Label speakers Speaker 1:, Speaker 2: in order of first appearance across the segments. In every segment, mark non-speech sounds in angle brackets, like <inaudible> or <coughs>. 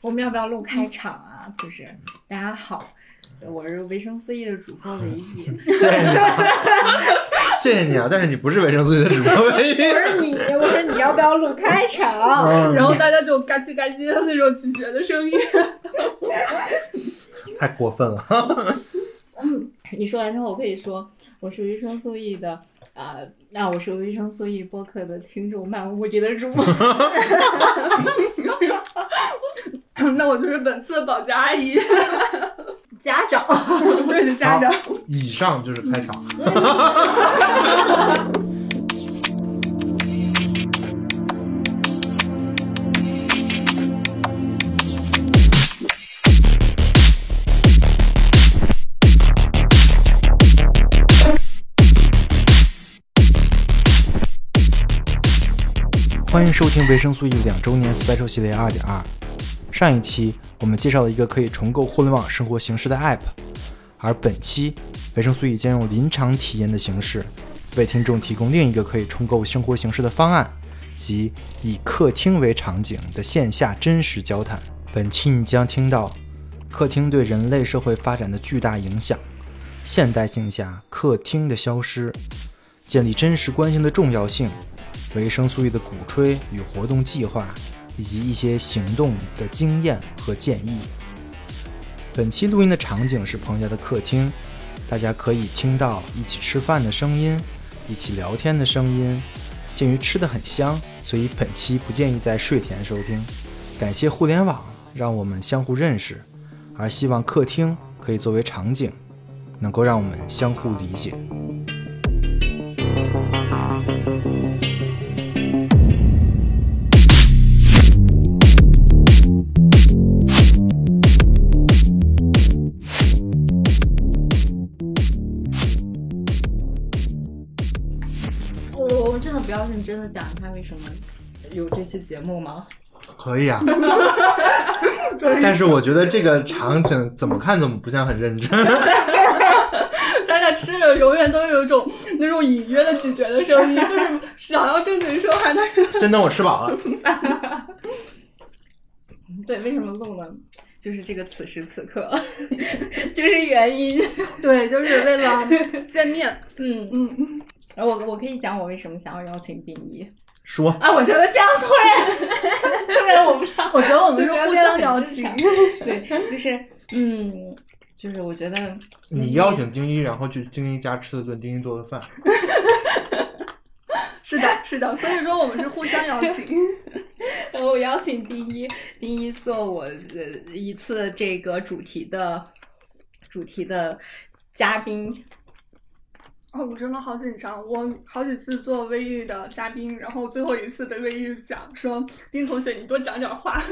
Speaker 1: 我们要不要录开场啊？就是大家好，我是维生素 E 的主播维艺，
Speaker 2: 谢谢你啊， <laughs> 谢谢你啊！但是你不是维生素 E 的主播唯
Speaker 1: <laughs>
Speaker 2: 一
Speaker 1: 我是你，我说你要不要录开场？
Speaker 2: 嗯
Speaker 3: 然后大家就嘎叽嘎叽的那种咀嚼的声音。
Speaker 2: 太过分了。
Speaker 1: 你说完之后，我可以说我是维生素 E 的啊、呃那我是维生素 E 播客的听众，漫无目的的主播。
Speaker 3: <laughs> 那我就是本次的保洁阿姨，
Speaker 1: 家长，
Speaker 3: <laughs> 对的家长。
Speaker 2: 以上就是开场。欢迎收听维生素 E 两周年 Special 系列二点二。上一期我们介绍了一个可以重构互联网生活形式的 App，而本期维生素 E 将用临场体验的形式，为听众提供另一个可以重构生活形式的方案，即以客厅为场景的线下真实交谈。本期你将听到客厅对人类社会发展的巨大影响，现代性下客厅的消失，建立真实关系的重要性，维生素 E 的鼓吹与活动计划，以及一些行动的经验和建议。本期录音的场景是朋友家的客厅，大家可以听到一起吃饭的声音，一起聊天的声音。鉴于吃的很香，所以本期不建议在睡前收听。感谢互联网让我们相互认识，而希望客厅可以作为场景，能够让我们相互理解。
Speaker 1: 我我们真的不要认真的讲他为什么有这期节目吗？
Speaker 2: 可 <laughs> 以啊，但是我觉得这个场景怎么看怎么不像很认真。
Speaker 3: 大家吃着永远都有一种 <laughs> 那种隐约的咀嚼的声音，就是 <laughs> 想要正经说话，但是
Speaker 2: <laughs> 先等我吃饱了，
Speaker 1: 对，为什么录呢？就是这个此时此刻， <laughs> 就是原因。
Speaker 3: 对，就是为 <laughs> 了见面。
Speaker 1: 嗯嗯，嗯，我我可以讲我为什么想要邀请殡仪
Speaker 2: 说
Speaker 1: 啊？我觉得这样突然突然我不知道，
Speaker 3: 我觉得我们是互相邀请，
Speaker 1: 对，就是嗯，就是我觉得
Speaker 2: 你邀请丁一，然后去丁一家吃了顿丁一做的饭。
Speaker 3: <laughs> 是的，是的。所以说我们是互相邀 <laughs> 请。
Speaker 1: 我邀请丁一，丁一做我呃一次这个主题的主题的嘉宾，
Speaker 3: 哦，我真的好紧张，我好几次做微玉的嘉宾，然后最后一次被微玉讲说，丁同学你多讲点话。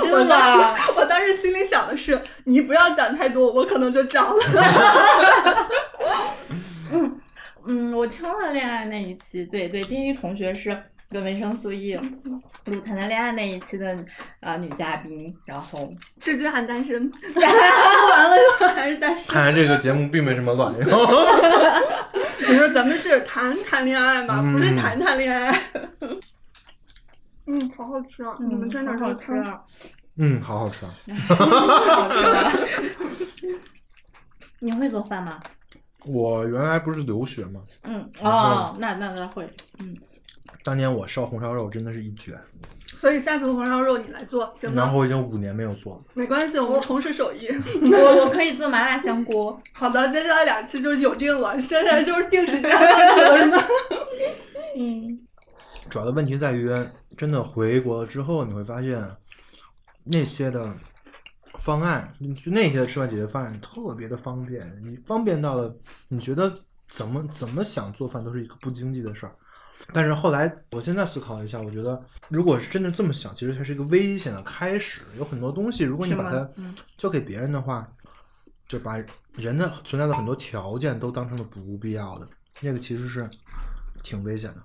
Speaker 3: 我
Speaker 1: 真的
Speaker 3: 当时 <laughs> 我当时心里想的是，你不要讲太多，我可能就讲了。 <laughs>
Speaker 1: 嗯，我听了恋爱那一期，对对，丁一同学是跟维生素 E 录谈谈恋爱那一期的呃女嘉宾，然后
Speaker 3: 至今还单身， <laughs> 录完了之后还是单身。
Speaker 2: 看来这个节目并没什么卵
Speaker 3: <laughs>
Speaker 2: 用。
Speaker 3: 你说咱们是谈谈恋爱吗？
Speaker 2: 嗯
Speaker 3: 啊不是谈谈恋爱。嗯，好好吃啊！你们蘸点
Speaker 1: 好
Speaker 3: 什么
Speaker 1: 好吃
Speaker 3: 汤？ <laughs>
Speaker 1: 啊，
Speaker 2: 嗯，好好吃啊！
Speaker 1: 好吃啊。你会做饭吗？
Speaker 2: 我原来不是留学嘛，
Speaker 1: 嗯，哦，那那那会，嗯，
Speaker 2: 当年我烧红烧肉真的是一绝，
Speaker 3: 所以下次红烧肉你来做行
Speaker 2: 然
Speaker 3: 吗？
Speaker 2: 后我已经五年没有做了。
Speaker 3: 没关系，我们重拾手艺。 <laughs>
Speaker 1: 我我可以做麻辣香锅，
Speaker 3: 好的，接下来两期就是有定了，接下来就是定时定了。 <laughs>
Speaker 1: 嗯，
Speaker 2: 主要的问题在于，真的回国之后，你会发现那些的方案，就那些的吃饭解决方案特别的方便，你方便到了，你觉得怎么怎么想做饭都是一个不经济的事儿。但是后来，我现在思考了一下，我觉得如果是真的这么想，其实它是一个危险的开始。有很多东西，如果你
Speaker 1: 是
Speaker 2: 把
Speaker 1: 吗
Speaker 2: 它
Speaker 1: 嗯
Speaker 2: 交给别人的话，就把人的存在的很多条件都当成了不必要的，那个其实是挺危险的。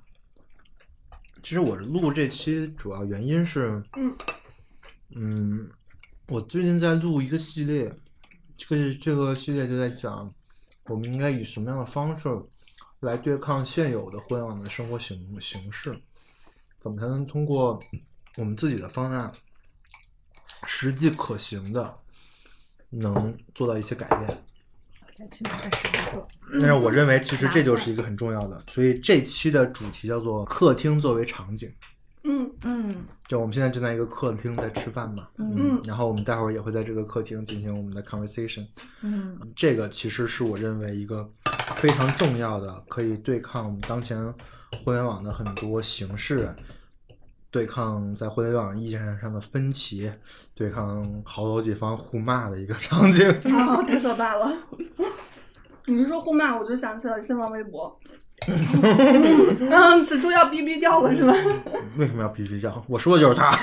Speaker 2: 其实我录这期主要原因是，
Speaker 3: 嗯
Speaker 2: 嗯，我最近在录一个系列，这个这个系列就在讲，我们应该以什么样的方式来对抗现有的互联网的生活形形式，怎么才能通过我们自己的方案实际可行的，能做到一些改变。
Speaker 1: 再去拿点勺子。
Speaker 2: 但是我认为，其实这就是一个很重要的，所以这期的主题叫做“客厅作为场景
Speaker 3: <laughs> 嗯，
Speaker 1: 嗯”。
Speaker 2: 就我们现在正在一个客厅在吃饭嘛，
Speaker 1: 嗯
Speaker 2: 然后我们待会儿也会在这个客厅进行我们的 conversation。
Speaker 1: 嗯
Speaker 2: 这个其实是我认为一个非常重要的，可以对抗我们当前互联网的很多形式，对抗在互联网意见上的分歧，对抗好友几方互骂的一个场景。
Speaker 3: 啊，太可怕了！ <laughs> 你一说互骂，我就想起了新浪微
Speaker 2: <laughs>
Speaker 3: 博。嗯嗯，此处要逼逼掉了是吧？
Speaker 2: <laughs> 为什么要逼逼叫？我说的就是他。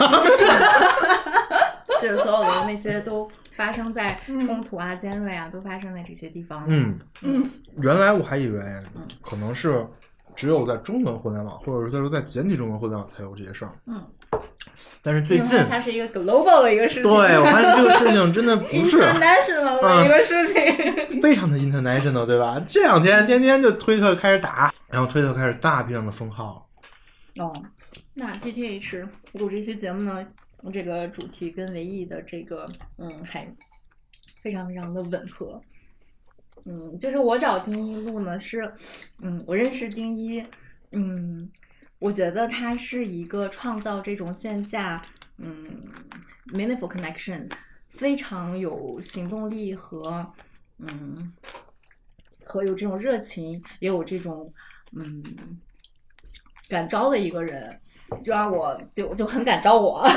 Speaker 1: 就是所有的那些都发生在冲突啊、尖锐啊，都发生在这些地方。
Speaker 2: 嗯，
Speaker 3: 嗯，
Speaker 2: 原来我还以为
Speaker 1: 嗯
Speaker 2: 可能是只有在中文互联网，或者是说在简体中文互联网才有这些事儿。
Speaker 1: 嗯，
Speaker 2: 但是最
Speaker 1: 因为
Speaker 2: 近，
Speaker 1: 它是一个 global 的一个事情，
Speaker 2: 对我发现这个事情真的不
Speaker 1: <laughs>
Speaker 2: 是。啊嗯
Speaker 1: ，international 的一个事情。
Speaker 2: 非常的 international，对吧？这两天天天就推特开始打，然后推特开始大批量的封号。
Speaker 1: 哦，那 PTH 录这期节目呢，这个主题跟唯一的这个嗯还非常非常的吻合。嗯，就是我找丁一录呢是，嗯，我认识丁一，嗯，我觉得他是一个创造这种线下嗯 meaningful connection 非常有行动力和嗯和有这种热情，也有这种嗯敢招的一个人，就让我就就很敢招我。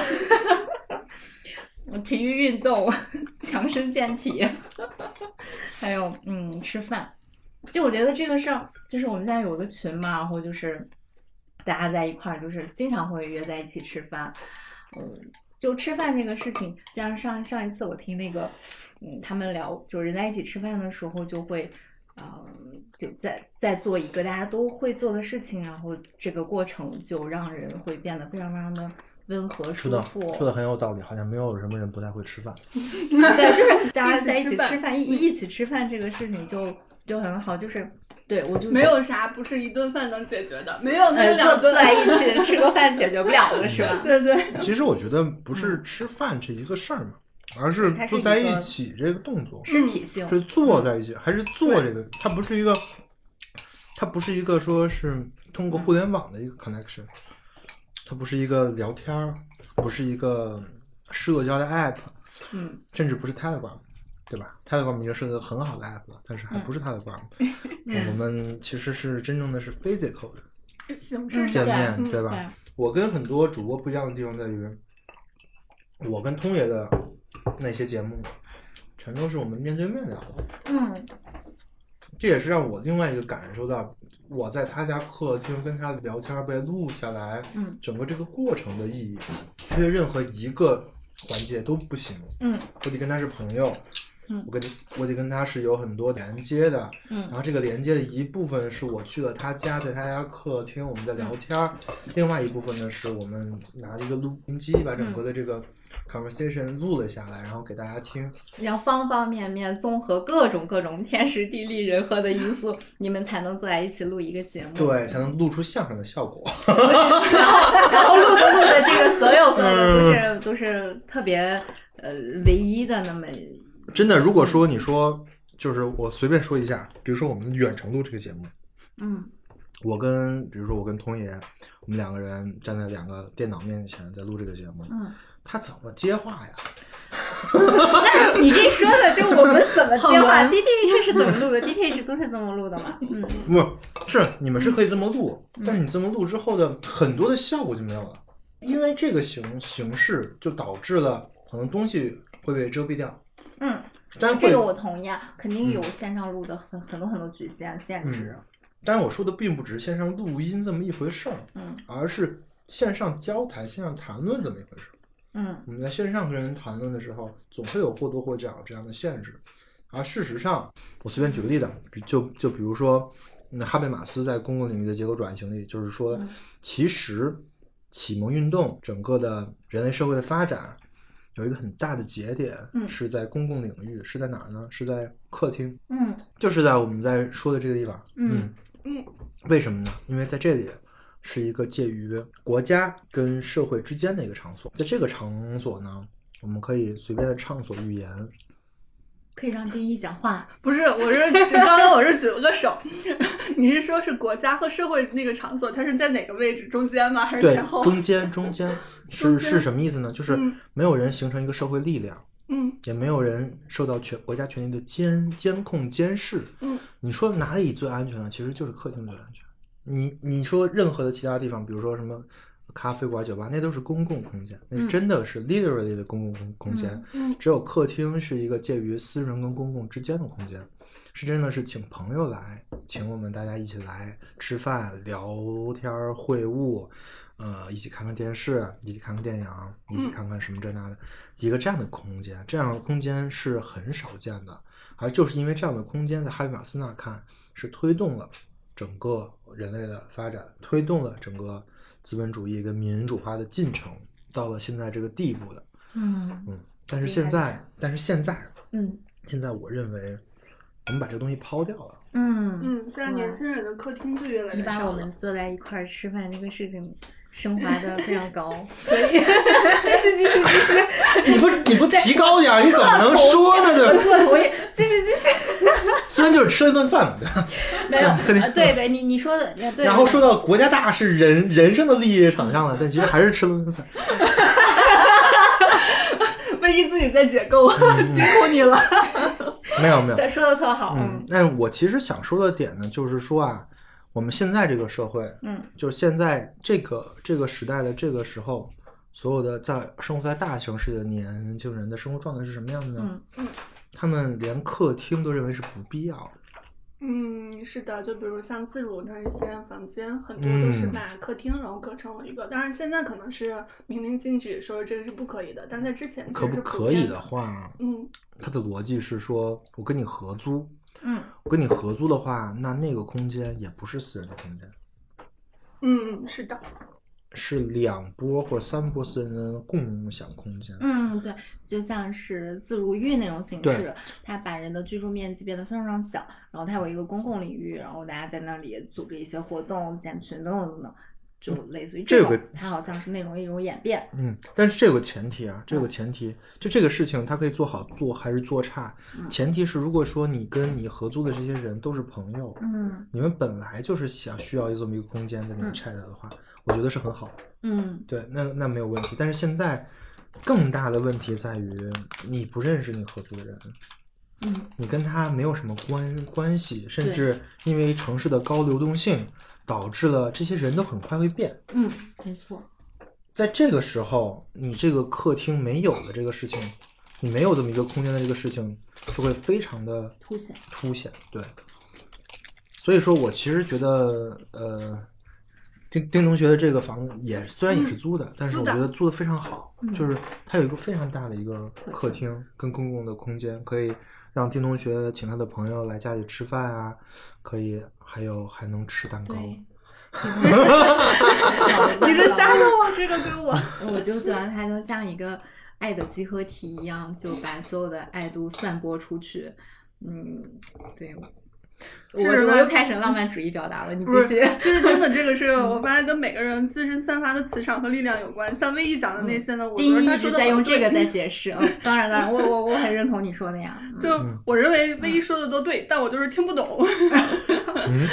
Speaker 1: 体育运动、强身健体， <laughs> 还有嗯吃饭，就我觉得这个事儿，就是我们现在有个群嘛，然后就是大家在一块儿，就是经常会约在一起吃饭，嗯。就吃饭这个事情，就像上上一次我听那个，嗯，他们聊，就是人在一起吃饭的时候，就会嗯，就在在做一个大家都会做的事情，然后这个过程就让人会变得非常非常的温和舒
Speaker 2: 说的
Speaker 1: 服。
Speaker 2: 说的很有道理，好像没有什么人不太会吃饭。
Speaker 1: <laughs> 对，就是大家在一
Speaker 3: 一起
Speaker 1: 起
Speaker 3: 吃饭
Speaker 1: 吃饭，一嗯一起吃饭这个事情就就很好，就是对我就
Speaker 3: 没有啥不是一顿饭能解决的，没有那
Speaker 1: 呃坐坐
Speaker 3: 两顿。
Speaker 1: 在一起吃个饭解决不了的是吧？
Speaker 3: <laughs> 对对，
Speaker 2: 其实我觉得不是吃饭这一个事儿嘛，而是
Speaker 1: 嗯它是
Speaker 2: 坐
Speaker 1: 一
Speaker 2: 在
Speaker 1: 个
Speaker 2: 一起这个动作，
Speaker 1: 身体性，
Speaker 2: 是坐在一起，还是坐这个？它不是一个，它不是一个说是通过互联网的一个 connection，它不是一个聊天儿，不是一个社交的 app，
Speaker 1: 嗯，
Speaker 2: 甚至不是 Telegram，对吧？Telegram 已经是个很好的 app 了，但是还不是 Telegram。我们其实是真正的是 physical 的
Speaker 3: 形式
Speaker 2: 见
Speaker 3: 上，
Speaker 2: 面，
Speaker 3: 嗯
Speaker 2: 对吧？
Speaker 1: 对，
Speaker 2: 我跟很多主播不一样的地方在于，我跟通爷的那些节目，全都是我们面对面聊的。
Speaker 1: 嗯
Speaker 2: 这也是让我另外一个感受到，我在他家客厅跟他聊天被录下来，
Speaker 1: 嗯，
Speaker 2: 整个这个过程的意义，缺任何一个环节都不行。
Speaker 1: 嗯
Speaker 2: 我得跟他是朋友，
Speaker 1: 嗯
Speaker 2: 我跟我得跟他是有很多连接的，然
Speaker 1: 嗯
Speaker 2: 后这个连接的一部分是我去了他家，在他家客厅我们在
Speaker 1: 嗯
Speaker 2: 聊天儿，另外一部分呢是我们拿了一个录音机把整个的这个
Speaker 1: 嗯
Speaker 2: conversation 录了下来，然后给大家听。
Speaker 1: 要方方面面综合各种各种天时地利人和的因素，你们才能坐在一起录一个节目。
Speaker 2: 对，才能录出相声的效果。
Speaker 1: 然后录着录着，这个所有所有的都是都是特别呃唯一的那么
Speaker 2: 真的，如果说你说，就是我随便说一下，比如说我们远程录这个节目，
Speaker 1: 嗯
Speaker 2: 我跟比如说我跟通爷，我们两个人站在两个电脑面前在录这个节目，
Speaker 1: 嗯。
Speaker 2: 他怎么接话呀？
Speaker 1: <laughs> 那你这说的，就我们怎么接
Speaker 3: 好
Speaker 1: 话
Speaker 3: 玩
Speaker 1: ？D T H 是怎 <laughs> 么录的？D T H 都是这么录的嘛？嗯
Speaker 2: 不是，你们是可以这么录，但是你这么录之后的很多的效果就没有了，因为这个形形式就导致了很多东西会被遮蔽掉。
Speaker 1: 嗯，
Speaker 2: 但
Speaker 1: 这
Speaker 2: 会，
Speaker 1: 个我同意啊，肯定有
Speaker 2: 嗯
Speaker 1: 线上录的很很多很多局限限制。
Speaker 2: 但是我说的并不只是线上录音这么一回事儿，
Speaker 1: 嗯
Speaker 2: 而是线上交谈、线上谈论这么一回事儿。
Speaker 1: 嗯
Speaker 2: 我们在线上跟人谈论的时候，总会有或多或少这样的限制。而事实上，我随便举个例子，比就就比如说，那哈贝马斯在公共领域的结构转型里，就是说
Speaker 1: 嗯，
Speaker 2: 其实启蒙运动整个的人类社会的发展有一个很大的节点，
Speaker 1: 嗯
Speaker 2: 是在公共领域，是在哪儿呢？是在客厅，
Speaker 1: 嗯
Speaker 2: 就是在我们在说的这个地方。
Speaker 1: 嗯
Speaker 3: 嗯，
Speaker 2: 为什么呢？因为在这里是一个介于国家跟社会之间的一个场所，在这个场所呢，我们可以随便的畅所欲言。
Speaker 1: 可以让丁一讲话。
Speaker 3: 不是，我是只刚刚我是举了个手， <laughs> 你是说是国家和社会那个场所，它是在哪个位置？中间吗？还是
Speaker 2: 对
Speaker 3: 前，后？
Speaker 2: 中间中间是
Speaker 3: <laughs> 中间
Speaker 2: 是什么意思呢？就是
Speaker 3: 嗯
Speaker 2: 没有人形成一个社会力量，
Speaker 3: 嗯
Speaker 2: 也没有人受到全国家权力的监监控监视。
Speaker 3: 嗯，
Speaker 2: 你说哪里最安全呢？其实就是客厅最安全。你你说任何的其他地方，比如说什么咖啡馆、酒吧，那都是公共空间，那是
Speaker 1: 嗯
Speaker 2: 真的是 literally 的公共空空间。
Speaker 1: 嗯
Speaker 3: 嗯
Speaker 2: 只有客厅是一个介于私人跟公共之间的空间，是真的是请朋友来，请我们大家一起来吃饭、聊天儿、会晤，呃，一起看看电视，一起看看电影，一起看看什么这那的，一个这样的空间，这样的空间是很少见的，而就是因为这样的空间，在哈比马斯那看是推动了整个人类的发展，推动了整个资本主义跟民主化的进程，到了现在这个地步的。
Speaker 1: 嗯
Speaker 2: 嗯，但是
Speaker 1: 厉
Speaker 2: 现
Speaker 1: 害
Speaker 2: 在
Speaker 1: 了，
Speaker 2: 但是现在，
Speaker 1: 嗯
Speaker 2: 现在我认为，我们把这个东西抛掉了。
Speaker 1: 嗯，
Speaker 3: 嗯，现在年轻人的客厅就越来
Speaker 1: 你
Speaker 3: 越
Speaker 1: 把
Speaker 3: 少
Speaker 1: 我
Speaker 3: 了。
Speaker 1: 们坐在一块儿吃饭这个事情升华的非常高，所以
Speaker 3: 继续继续继续，
Speaker 2: <laughs> 你不你不提高点儿，你怎么能说呢？
Speaker 1: 我
Speaker 2: 这
Speaker 1: 特同意，继续继续。
Speaker 2: 虽然就是吃了顿饭，
Speaker 1: 没有，
Speaker 2: 嗯肯定
Speaker 1: 呃对对，你你说的，呃对对。
Speaker 2: 然后说到国家大事、人人生的利益场上了，但其实还是吃了顿饭。
Speaker 3: 万一自己在解构，
Speaker 2: 嗯
Speaker 3: 辛苦你了。
Speaker 2: <laughs> 没有没有，
Speaker 1: 对说的特好，
Speaker 2: 嗯，但是我其实想说的点呢，就是说啊，我们现在这个社会，
Speaker 1: 嗯，
Speaker 2: 就是现在这个这个时代的这个时候，所有的在生活在大城市的年轻人的生活状态是什么样的呢？
Speaker 1: 嗯
Speaker 2: 他们连客厅都认为是不必要的。
Speaker 3: 嗯，是的，就比如像自如的一些房间，很多都是
Speaker 2: 嗯
Speaker 3: 把客厅然后隔成了一个。当然，现在可能是明令禁止说这个是不可以的，但在之前其
Speaker 2: 可
Speaker 3: 实
Speaker 2: 不
Speaker 3: 是普
Speaker 2: 可以
Speaker 3: 遍
Speaker 2: 的。话，
Speaker 3: 嗯
Speaker 2: 它的逻辑是说，我跟你合租，
Speaker 1: 嗯
Speaker 2: 我跟你合租的话，那那个空间也不是私人的空间，
Speaker 3: 嗯，是的，
Speaker 2: 是两波或者三波私人的共享空间。
Speaker 1: 嗯，对，就像是自如域那种形
Speaker 2: 对
Speaker 1: 式，它把人的居住面积变得非常小，然后它有一个公共领域，然后大家在那里组织一些活动、建群等等等等，就
Speaker 3: 嗯
Speaker 1: 类似于
Speaker 2: 这
Speaker 1: 种，
Speaker 2: 个
Speaker 1: 它好像是那种一种演变。
Speaker 2: 嗯，但是这有个前提啊，这有个前提，就这个事情它可以做好做还是做差，
Speaker 1: 嗯
Speaker 2: 前提是如果说你跟你合租的这些人都是朋友，
Speaker 1: 嗯
Speaker 2: 你们本来就是想需要这么一个空间在里面
Speaker 1: 嗯
Speaker 2: chat 的话，我觉得是很好的。
Speaker 1: 嗯
Speaker 2: 对，那那没有问题。但是现在更大的问题在于，你不认识你合租的人，
Speaker 1: 嗯
Speaker 2: 你跟他没有什么关关系，甚
Speaker 1: 对
Speaker 2: 至因为城市的高流动性，导致了这些人都很快会变。
Speaker 1: 嗯，没错。
Speaker 2: 在这个时候，你这个客厅没有的这个事情，你没有这么一个空间的这个事情，就会非常的
Speaker 1: 凸显，
Speaker 2: 凸显。对，所以说我其实觉得，呃，丁丁同学的这个房子也虽然也是租的，但是
Speaker 3: 租
Speaker 2: 我
Speaker 3: 的
Speaker 2: 觉得租的非常好，
Speaker 1: 嗯
Speaker 2: 就是它有一个非常大的一个
Speaker 1: 厅
Speaker 2: 客厅跟公共的空间，可以让丁同学请他的朋友来家里吃饭啊，可以还有还能吃蛋糕。
Speaker 1: 对。
Speaker 3: <laughs> <laughs> 你是瞎了我这个给我。
Speaker 1: 我就觉得它就像一个爱的集合体一样，就把所有的爱都散播出去。嗯，对，我
Speaker 3: 是
Speaker 1: 我
Speaker 3: 吧
Speaker 1: 我又开始浪漫主义表达了，你
Speaker 3: 不
Speaker 1: 继
Speaker 3: 是
Speaker 1: 续。
Speaker 3: <laughs> 其实真的，这个是我发现跟每个人自身散发的磁场和力量有关。像魏毅讲的那些呢，我觉
Speaker 1: 丁
Speaker 3: 得
Speaker 1: 一
Speaker 3: 他
Speaker 1: 嗯一
Speaker 3: 说
Speaker 1: 直
Speaker 3: 的
Speaker 1: 在
Speaker 3: 很
Speaker 1: 用这个 <laughs> 在
Speaker 3: 对
Speaker 1: 解释，嗯，当然当然，我我我很认同你说的呀。嗯
Speaker 3: 就我认为魏一说的都对，但我就是听不懂。
Speaker 2: 嗯，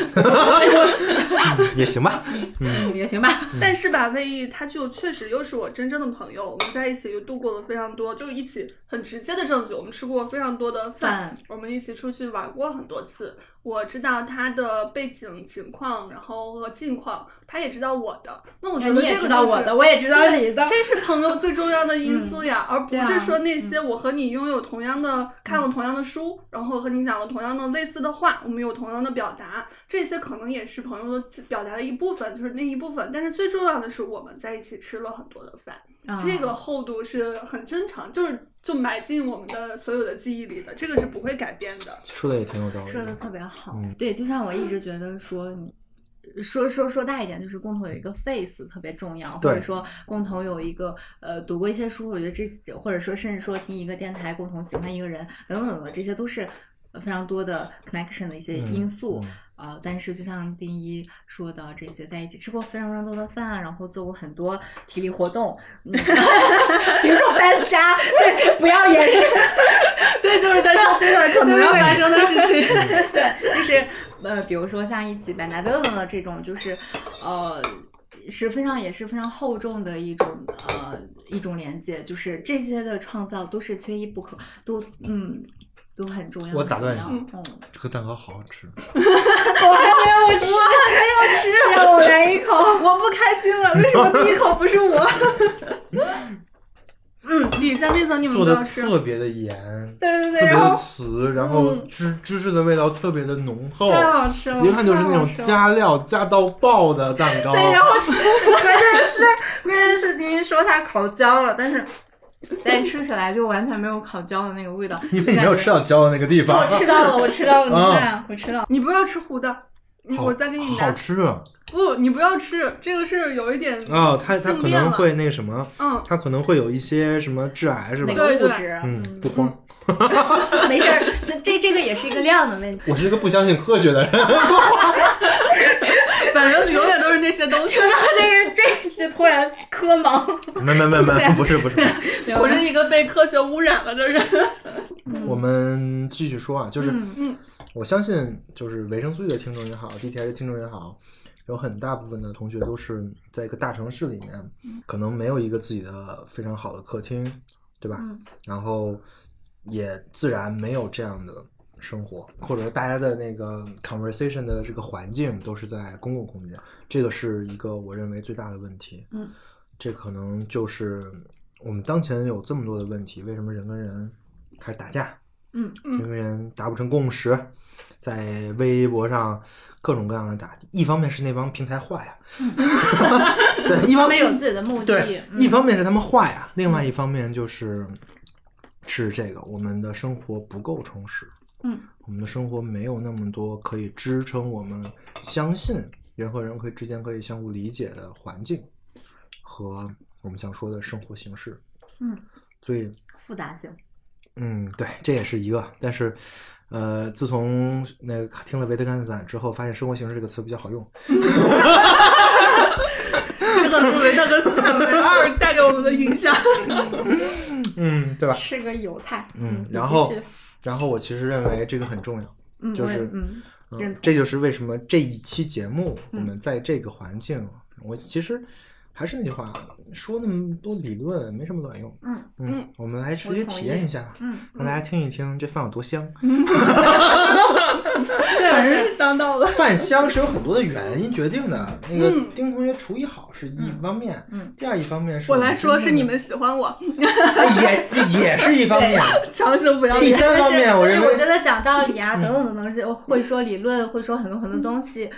Speaker 2: <laughs> 也行吧。嗯，
Speaker 1: 嗯也行 <laughs> 吧，
Speaker 3: <laughs> 但是吧，魏毅他就确实又是我真正的朋友，我们在一起就度过了非常多，就一起很直接的证据，我们吃过非常多的饭
Speaker 1: 饭，
Speaker 3: 我们一起出去玩过很多次。我知道他的背景情况，然后和近况，他也知道我的。那我觉
Speaker 1: 哎嗯你
Speaker 3: 得这
Speaker 1: 也
Speaker 3: 个
Speaker 1: 知道
Speaker 3: 就是
Speaker 1: 我的，我也知道你的。
Speaker 3: 这是朋友最重要的因素呀，而不
Speaker 1: 对啊
Speaker 3: 是说那些我和你拥有同样的、看过同样的书，然后和你讲了同样的类似的话，我们有同样的表达，这些可能也是朋友的表达的一部分，就是那一部分。但是最重要的是，我们在一起吃了很多的饭，
Speaker 1: 啊
Speaker 3: 这个厚度是很正常，就是就埋进我们的所有的记忆里的，这个是不会改变的。
Speaker 2: 说的也挺有道理
Speaker 1: 说的
Speaker 2: 的。
Speaker 1: 特别好，
Speaker 2: 嗯
Speaker 1: 对，就像我一直觉得说你。说说说大一点，就是共同有一个 face 特别重要，
Speaker 2: 对
Speaker 1: 或者说共同有一个呃读过一些书，我觉得这或者说甚至说听一个电台，共同喜欢一个人等等等等，这些都是非常多的 connection 的一些因素。
Speaker 2: 嗯
Speaker 1: 啊、但是就像丁一说的，这些在一起吃过非常非常多的饭，然后做过很多体力活动， <laughs> 嗯、比如说搬家，对，不要掩 <laughs> 饰，
Speaker 3: <laughs> 对，就是在上飞上可能要发生的事情。
Speaker 1: 对，就是呃，比如说像一起板达等等的这种，就是呃，是非常也是非常厚重的一种呃一种连接，就是这些的创造都是缺一不可，都嗯都很重要。
Speaker 2: 我打断一下
Speaker 1: 嗯，嗯
Speaker 2: 这个蛋糕好好吃，
Speaker 1: 我还没有吃，
Speaker 3: 吃，
Speaker 1: <laughs> 让我来一口。
Speaker 3: 我不开心了，为什么 <laughs> 第一口不是 <laughs> 我？嗯，底下这层你们
Speaker 2: 做
Speaker 3: 不
Speaker 2: 的
Speaker 3: 要吃。
Speaker 2: 特别的盐，
Speaker 1: 对对
Speaker 2: 特
Speaker 1: 对，
Speaker 2: 别
Speaker 1: 然
Speaker 2: 的
Speaker 1: 后嗯
Speaker 2: 瓷，然后芝芝士的味道特别的浓厚，
Speaker 1: 太好吃了，
Speaker 2: 哦一看就是那种哦
Speaker 1: 太好吃了
Speaker 2: 加料加到爆的蛋糕。
Speaker 1: 对，然后 <laughs> 关键是关键是明明说它烤焦了，但是但吃起来就完全没有烤焦的那个味道，
Speaker 2: 因为你没有吃嗯到焦的那个地
Speaker 1: 我
Speaker 2: 方，
Speaker 1: 吃到了，我吃到了，你看我吃到了，
Speaker 3: 你不要吃糊的，你
Speaker 2: 好
Speaker 3: 我再给你
Speaker 2: 好
Speaker 3: 拿。
Speaker 2: 吃啊！
Speaker 3: 不，你不要吃，这个是有一点，
Speaker 1: 嗯
Speaker 2: 哦它它
Speaker 3: 顺
Speaker 2: 可
Speaker 3: 便
Speaker 2: 能
Speaker 3: 了
Speaker 2: 会那个什么，
Speaker 3: 嗯，
Speaker 2: 它可能会有一些什么致癌是吧
Speaker 1: 那？个
Speaker 3: 对
Speaker 1: 物
Speaker 3: 对
Speaker 1: 质，啊
Speaker 2: 嗯，不慌，
Speaker 1: <laughs> 没事儿，这这这个也是一个量的问题。
Speaker 2: 我是一个不相信科学的
Speaker 1: <laughs>
Speaker 2: 人。
Speaker 3: 反正永远都是那些 <laughs> 东西
Speaker 1: 听。到 <laughs> 这个，这这突然科盲，
Speaker 2: 没 <laughs> 没没没，不是不是，
Speaker 3: 我是一个被科学污染了的人。
Speaker 2: 我们继续说啊，就是
Speaker 1: 嗯
Speaker 3: 嗯，
Speaker 2: 我相信，就是维生素 E 的听众也好，DTH 的听众也好，有很大部分的同学都是在一个大城市里面，可能没有一个自己的非常好的客厅，对吧？
Speaker 1: 嗯
Speaker 2: 然后也自然没有这样的生活，或者说大家的那个 conversation 的这个环境都是在公共空间，这个是一个我认为最大的问题。
Speaker 1: 嗯，
Speaker 2: 这可能就是我们当前有这么多的问题，为什么人跟人开始打架？
Speaker 1: 嗯
Speaker 3: 嗯
Speaker 2: 两个人达不成共识，在微博上各种各样的打。一方面是那帮平台坏呀、 <laughs> 对，一
Speaker 1: 他
Speaker 2: 方
Speaker 1: 们
Speaker 2: 面
Speaker 1: 嗯有自己的目
Speaker 2: 对
Speaker 1: 的，，嗯
Speaker 2: 一方面是他们坏呀、另外一方面就是是这个我们的生活不够充实，
Speaker 1: 嗯，
Speaker 2: 我们的生活没有那么多可以支撑我们相信人和人可以之间可以相互理解的环境和我们想说的生活形式，
Speaker 1: 嗯，
Speaker 2: 所以
Speaker 1: 复杂性，
Speaker 2: 嗯，对，这也是一个。但是，呃，自从那个听了维特根斯坦之后，发现“生活形式”这个词比较好用。
Speaker 3: 这个
Speaker 1: <laughs>
Speaker 3: 是维特根斯坦为二带给我们的影响。
Speaker 2: 嗯，对吧？
Speaker 1: 是个油菜。
Speaker 2: 嗯，
Speaker 1: 你
Speaker 2: 然
Speaker 1: 继
Speaker 2: 后
Speaker 1: 续，
Speaker 2: 然后我其实认为这个很重要。
Speaker 1: 嗯，
Speaker 2: 就
Speaker 1: 我也
Speaker 2: 是
Speaker 1: 嗯，认
Speaker 2: 嗯
Speaker 1: 同，
Speaker 2: 这就是为什么这一期节目我
Speaker 1: 嗯
Speaker 2: 们在这个环境，我其实还是那句话，说那么多理论没什么卵用。
Speaker 1: 嗯
Speaker 2: 嗯
Speaker 3: 嗯，
Speaker 2: 我们来实
Speaker 1: 我
Speaker 2: 际
Speaker 1: 同
Speaker 2: 体
Speaker 1: 意
Speaker 2: 验一下吧，
Speaker 1: 嗯，
Speaker 2: 让大家听一听这饭有多香。
Speaker 3: 对， <laughs> 反正是香到了。
Speaker 2: 饭香是有很多的原因决定的。那个
Speaker 3: 嗯
Speaker 2: 丁同学厨艺好是一方面，
Speaker 1: 嗯
Speaker 2: 第二一方面是
Speaker 3: 我来说
Speaker 2: 真
Speaker 3: 是
Speaker 2: 正的
Speaker 3: 你们喜欢我，
Speaker 2: 也也是一方面。
Speaker 3: 强行不要
Speaker 2: 第
Speaker 3: 脸。
Speaker 2: 三方面，我
Speaker 1: 但
Speaker 2: 认
Speaker 1: 是我
Speaker 2: 为嗯
Speaker 1: 觉得讲道理啊，等等等等，是会说理论，会说很多很多东西，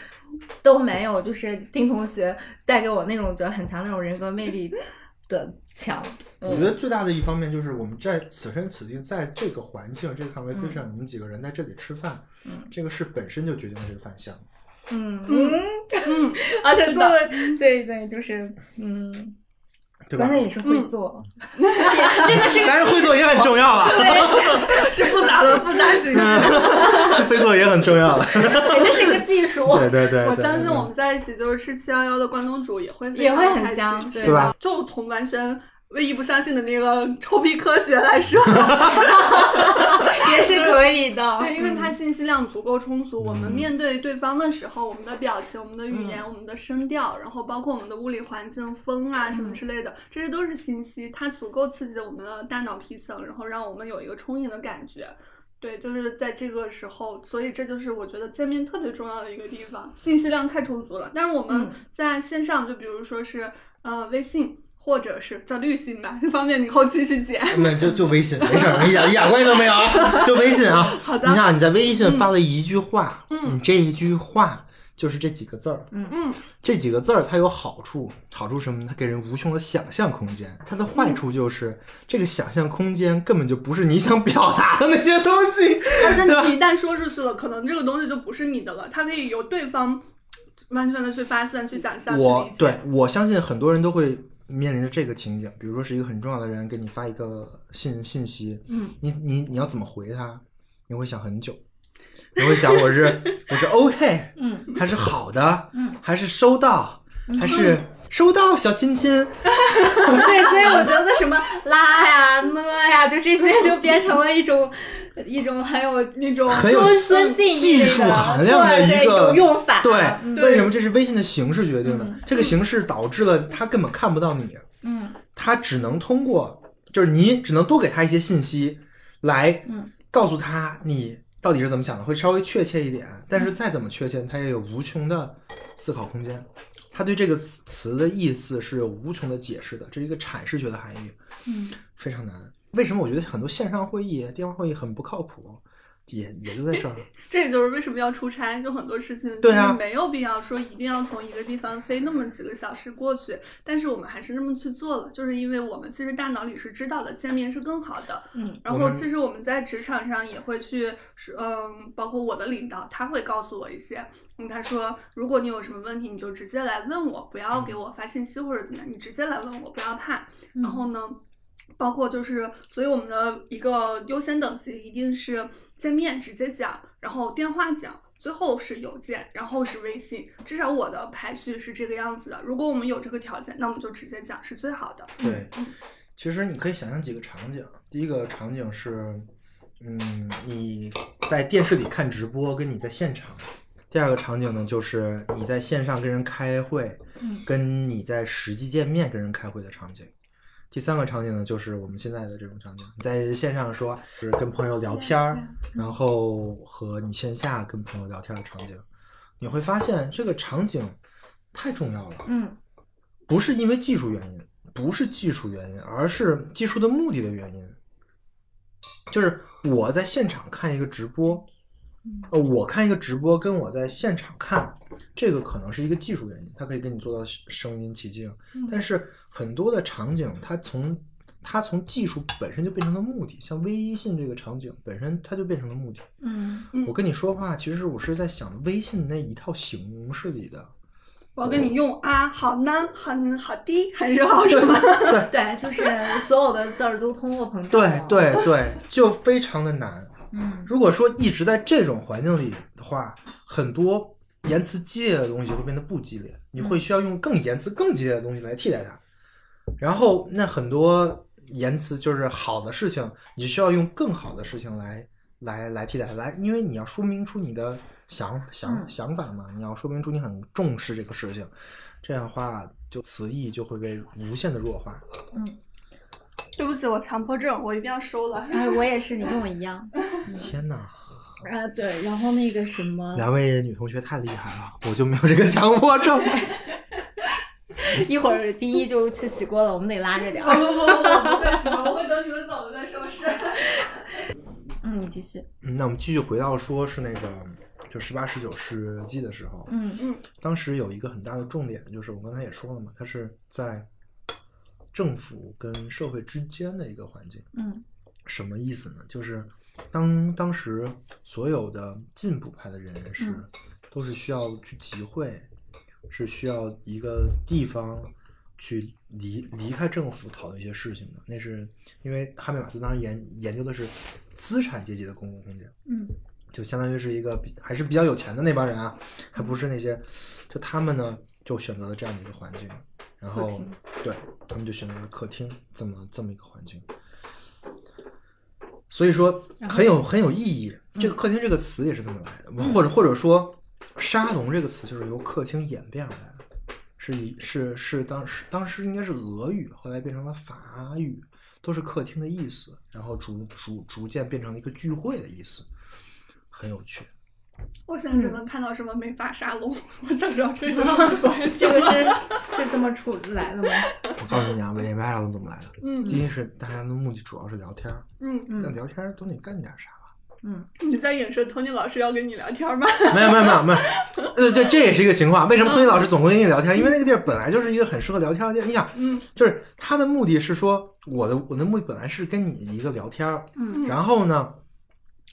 Speaker 1: 都没有就是丁同学带给我那种觉得很强那种人格魅力的强。嗯
Speaker 2: 我觉得最大的一方面就是我们在此生此地，在这个环境、这个 conversation，我们几个人在这里吃饭，这个是本身就决定了这个饭香。
Speaker 1: 嗯
Speaker 3: 嗯
Speaker 1: 嗯，
Speaker 3: 嗯，
Speaker 1: 而且做的对对，就是嗯，
Speaker 2: 对吧
Speaker 1: 关？键也是会做，这个是
Speaker 2: 当然，会做也很重要
Speaker 1: <laughs>
Speaker 3: 嗯
Speaker 2: 了，
Speaker 3: 是复杂的复杂形式。
Speaker 2: 会做也很重要了。
Speaker 3: <laughs>
Speaker 1: 这是一个技术。
Speaker 2: 对对对，
Speaker 3: 我
Speaker 2: 对
Speaker 3: 相信我们在一起就是吃七幺幺的关东煮也会非
Speaker 1: 也会
Speaker 3: 常
Speaker 1: 很
Speaker 3: 开心
Speaker 1: 香
Speaker 3: 对
Speaker 2: 是吧？
Speaker 3: 就从完全唯一不相信的那个臭屁科学来说，
Speaker 1: 也是可以的。
Speaker 3: 对，因为它信息量足够充足，我们
Speaker 2: 嗯
Speaker 3: 面对对方的时候，我们的表情、我们的语言、我们的声调，然后包括我们的物理环境、风啊
Speaker 2: 嗯
Speaker 3: 什么之类的，这些都是信息，它足够刺激我们的大脑皮层，然后让我们有一个充盈的感觉。对，就是在这个时候，所以这就是我觉得见面特别重要的一个地方，信息量太充足了。但是我们
Speaker 1: 嗯
Speaker 3: 在线上，就比如说是呃微信或者是叫绿信吧， <laughs> 方便你后期去剪。
Speaker 2: 那就就微信，没事儿，一点一点关系都没有啊，就微信啊。
Speaker 3: 好的
Speaker 2: 你看你在微信发了一句话，
Speaker 3: 嗯
Speaker 2: 你这一句话就是这几个字儿，
Speaker 3: 嗯，
Speaker 2: 这几个字儿它有好处，好处是什么呢？它给人无穷的想象空间。它的坏处就是、
Speaker 3: 嗯
Speaker 2: 这个想象空间根本就不是你想表达的那些东
Speaker 3: <laughs>
Speaker 2: 西。
Speaker 3: 而且你一旦说出去了，可能这个东西就不是你的了，它可以由对方完全的去发散、去想象、去
Speaker 2: 我
Speaker 3: 理解。
Speaker 2: 对我相信很多人都会面临着这个情景，比如说是一个很重要的人给你发一个信信息，
Speaker 1: 嗯，
Speaker 2: 你你你要怎么回他？你会想很久，你会想我是我是 OK
Speaker 1: <laughs> 嗯
Speaker 2: 还是好的，
Speaker 1: 嗯，
Speaker 2: 还是收到，还是收到小亲亲，
Speaker 1: 对，所以我觉得什么拉呀、呢呀，就这些就变成了一种一种很有那种
Speaker 2: 很有
Speaker 1: 多孙进
Speaker 2: 技
Speaker 1: 一
Speaker 2: 技术
Speaker 1: 类的
Speaker 2: 含量的
Speaker 1: 对
Speaker 2: 一
Speaker 1: 对
Speaker 2: 个
Speaker 1: 种用法，
Speaker 2: 对，
Speaker 1: 嗯
Speaker 2: 为什么这是微信的形式决定的
Speaker 1: 嗯？
Speaker 2: 这个形式导致了他根本看不到你，
Speaker 1: 嗯
Speaker 2: 他只能通过，就是你只能多给他一些信息，来
Speaker 1: 嗯
Speaker 2: 告诉他你到底是怎么想的，会稍微确切一点。但是再怎么确切，他也有无穷的思考空间。他对这个词词的意思是有无穷的解释的，这是一个阐释学的含义。
Speaker 1: 嗯
Speaker 2: 非常难。为什么我觉得很多线上会议、电话会议很不靠谱？也也就在这儿，
Speaker 3: 这也就是为什么要出差，就很多事情
Speaker 2: 对啊
Speaker 3: 其实没有必要说一定要从一个地方飞那么几个小时过去，但是我们还是那么去做了，就是因为我们其实大脑里是知道的，见面是更好的，
Speaker 1: 嗯
Speaker 3: 然
Speaker 2: 我
Speaker 3: 后
Speaker 2: 们
Speaker 3: 其实我们在职场上也会去，是嗯，包括我的领导，他会告诉我一些，嗯，他说如果你有什么问题，你就直接来问我，不
Speaker 2: 嗯
Speaker 3: 要给我发信息或者怎么样，你直接来问我，不要怕。然后呢，包括就是，所以我们的一个优先等级一定是见面直接讲，然后电话讲。最后是邮件，然后是微信，至少我的排序是这个样子的。如果我们有这个条件，那我们就直接讲是最好的。
Speaker 2: 对，其实你可以想象几个场景。第一个场景是，嗯，你在电视里看直播，跟你在现场；第二个场景呢，就是你在线上跟人开会，
Speaker 1: 嗯
Speaker 2: 跟你在实际见面跟人开会的场景；第三个场景呢，就是我们现在的这种场景，你在线上说是跟朋友聊天儿，然后和你线下跟朋友聊天的场景，你会发现这个场景太重要了。
Speaker 1: 嗯
Speaker 2: 不是因为技术原因，不是技术原因，而是技术的目的的原因。就是我在现场看一个直播，呃，我看一个直播跟我在现场看，这个可能是一个技术原因，它可以给你做到声临其境。
Speaker 1: 嗯
Speaker 2: 但是很多的场景，它从它从技术本身就变成了目的，像微信这个场景本身它就变成了目的。
Speaker 1: 嗯
Speaker 3: 嗯
Speaker 2: 我跟你说话，其实我是在想微信那一套形式里的，
Speaker 3: 我要跟你用啊，好呢，好呢，好的，还是好什么？ <laughs>
Speaker 1: 嗯，对，就是所有的字儿都通货膨胀，
Speaker 2: 对，对对，就非常的难。
Speaker 1: 嗯
Speaker 2: 如果说一直在这种环境里的话，很多言辞激烈的东西会变得不激烈，你会需要用更言辞更激烈的东西来替代它。然后，那很多言辞就是好的事情，你需要用更好的事情来来来替代它，来，因为你要说明出你的想想
Speaker 1: 嗯
Speaker 2: 想法嘛，你要说明出你很重视这个事情，这样的话就词义就会被无限的弱化。
Speaker 1: 嗯，
Speaker 3: 对不起，我强迫症，我一定要收了。
Speaker 1: 哎，我也是，你跟我一样，
Speaker 2: 天哪！
Speaker 1: 啊对，然后那个什么，
Speaker 2: 两位女同学太厉害了，我就没有这个 <laughs> 强迫症。
Speaker 1: 一会儿第一就去洗锅了，我们得拉着点儿
Speaker 3: <laughs> 不。不不不不，我会等你们走了再 <laughs> 收拾。
Speaker 1: 嗯，你继续。
Speaker 2: 嗯那我们继续回到说是那个，就十八、十九世纪的时候，
Speaker 1: 嗯
Speaker 2: 当时有一个很大的重点，就是我刚才也说了嘛，它是在政府跟社会之间的一个环境。
Speaker 1: 嗯
Speaker 2: 什么意思呢？就是当当时所有的进步派的人士
Speaker 1: 嗯
Speaker 2: 都是需要去集会，是需要一个地方去离离开政府讨论一些事情的。那是因为哈贝马斯当时研研究的是资产阶级的公共空间。
Speaker 1: <laughs> 嗯
Speaker 2: 就相当于是一个比还是比较有钱的那帮人啊，还不是那些，就他们呢就选择了这样的一个环境，然
Speaker 1: 客
Speaker 2: 后
Speaker 1: 厅
Speaker 2: 对他们就选择了客厅这么这么一个环境，所以说
Speaker 1: 然后嗯
Speaker 2: 很有很有意义。这个客厅这个词也是这么来的，或者或者说沙龙这个词就是由客厅演变而来的，是以是是当时当时应该是俄语，后来变成了法语。都是客厅的意思，然后逐逐逐渐变成了一个聚会的意思，很有趣。
Speaker 3: 我现在只能看到什么美发沙龙，我想知道这有什么关系。
Speaker 1: 这个是是这么出来的吗？
Speaker 2: 我告诉你啊，伪麦龙怎么来的？第
Speaker 3: 嗯
Speaker 2: 一是大家的目的主要是聊天儿，
Speaker 3: 嗯，
Speaker 2: 那
Speaker 1: 嗯
Speaker 2: 聊天儿总得干点啥吧？
Speaker 1: 嗯
Speaker 3: 你在影射托尼老师要跟你聊天吗？
Speaker 2: 没有没有没有没有，呃对，这也是一个情况。为什么
Speaker 3: 嗯
Speaker 2: 托尼老师总会跟你聊天？因为那个地儿本来就是一个很适合聊天的地儿。你想，
Speaker 3: 嗯
Speaker 2: 就是他的目的是说，我的我的目的本来是跟你一个聊天儿，
Speaker 1: 嗯
Speaker 2: 然后呢，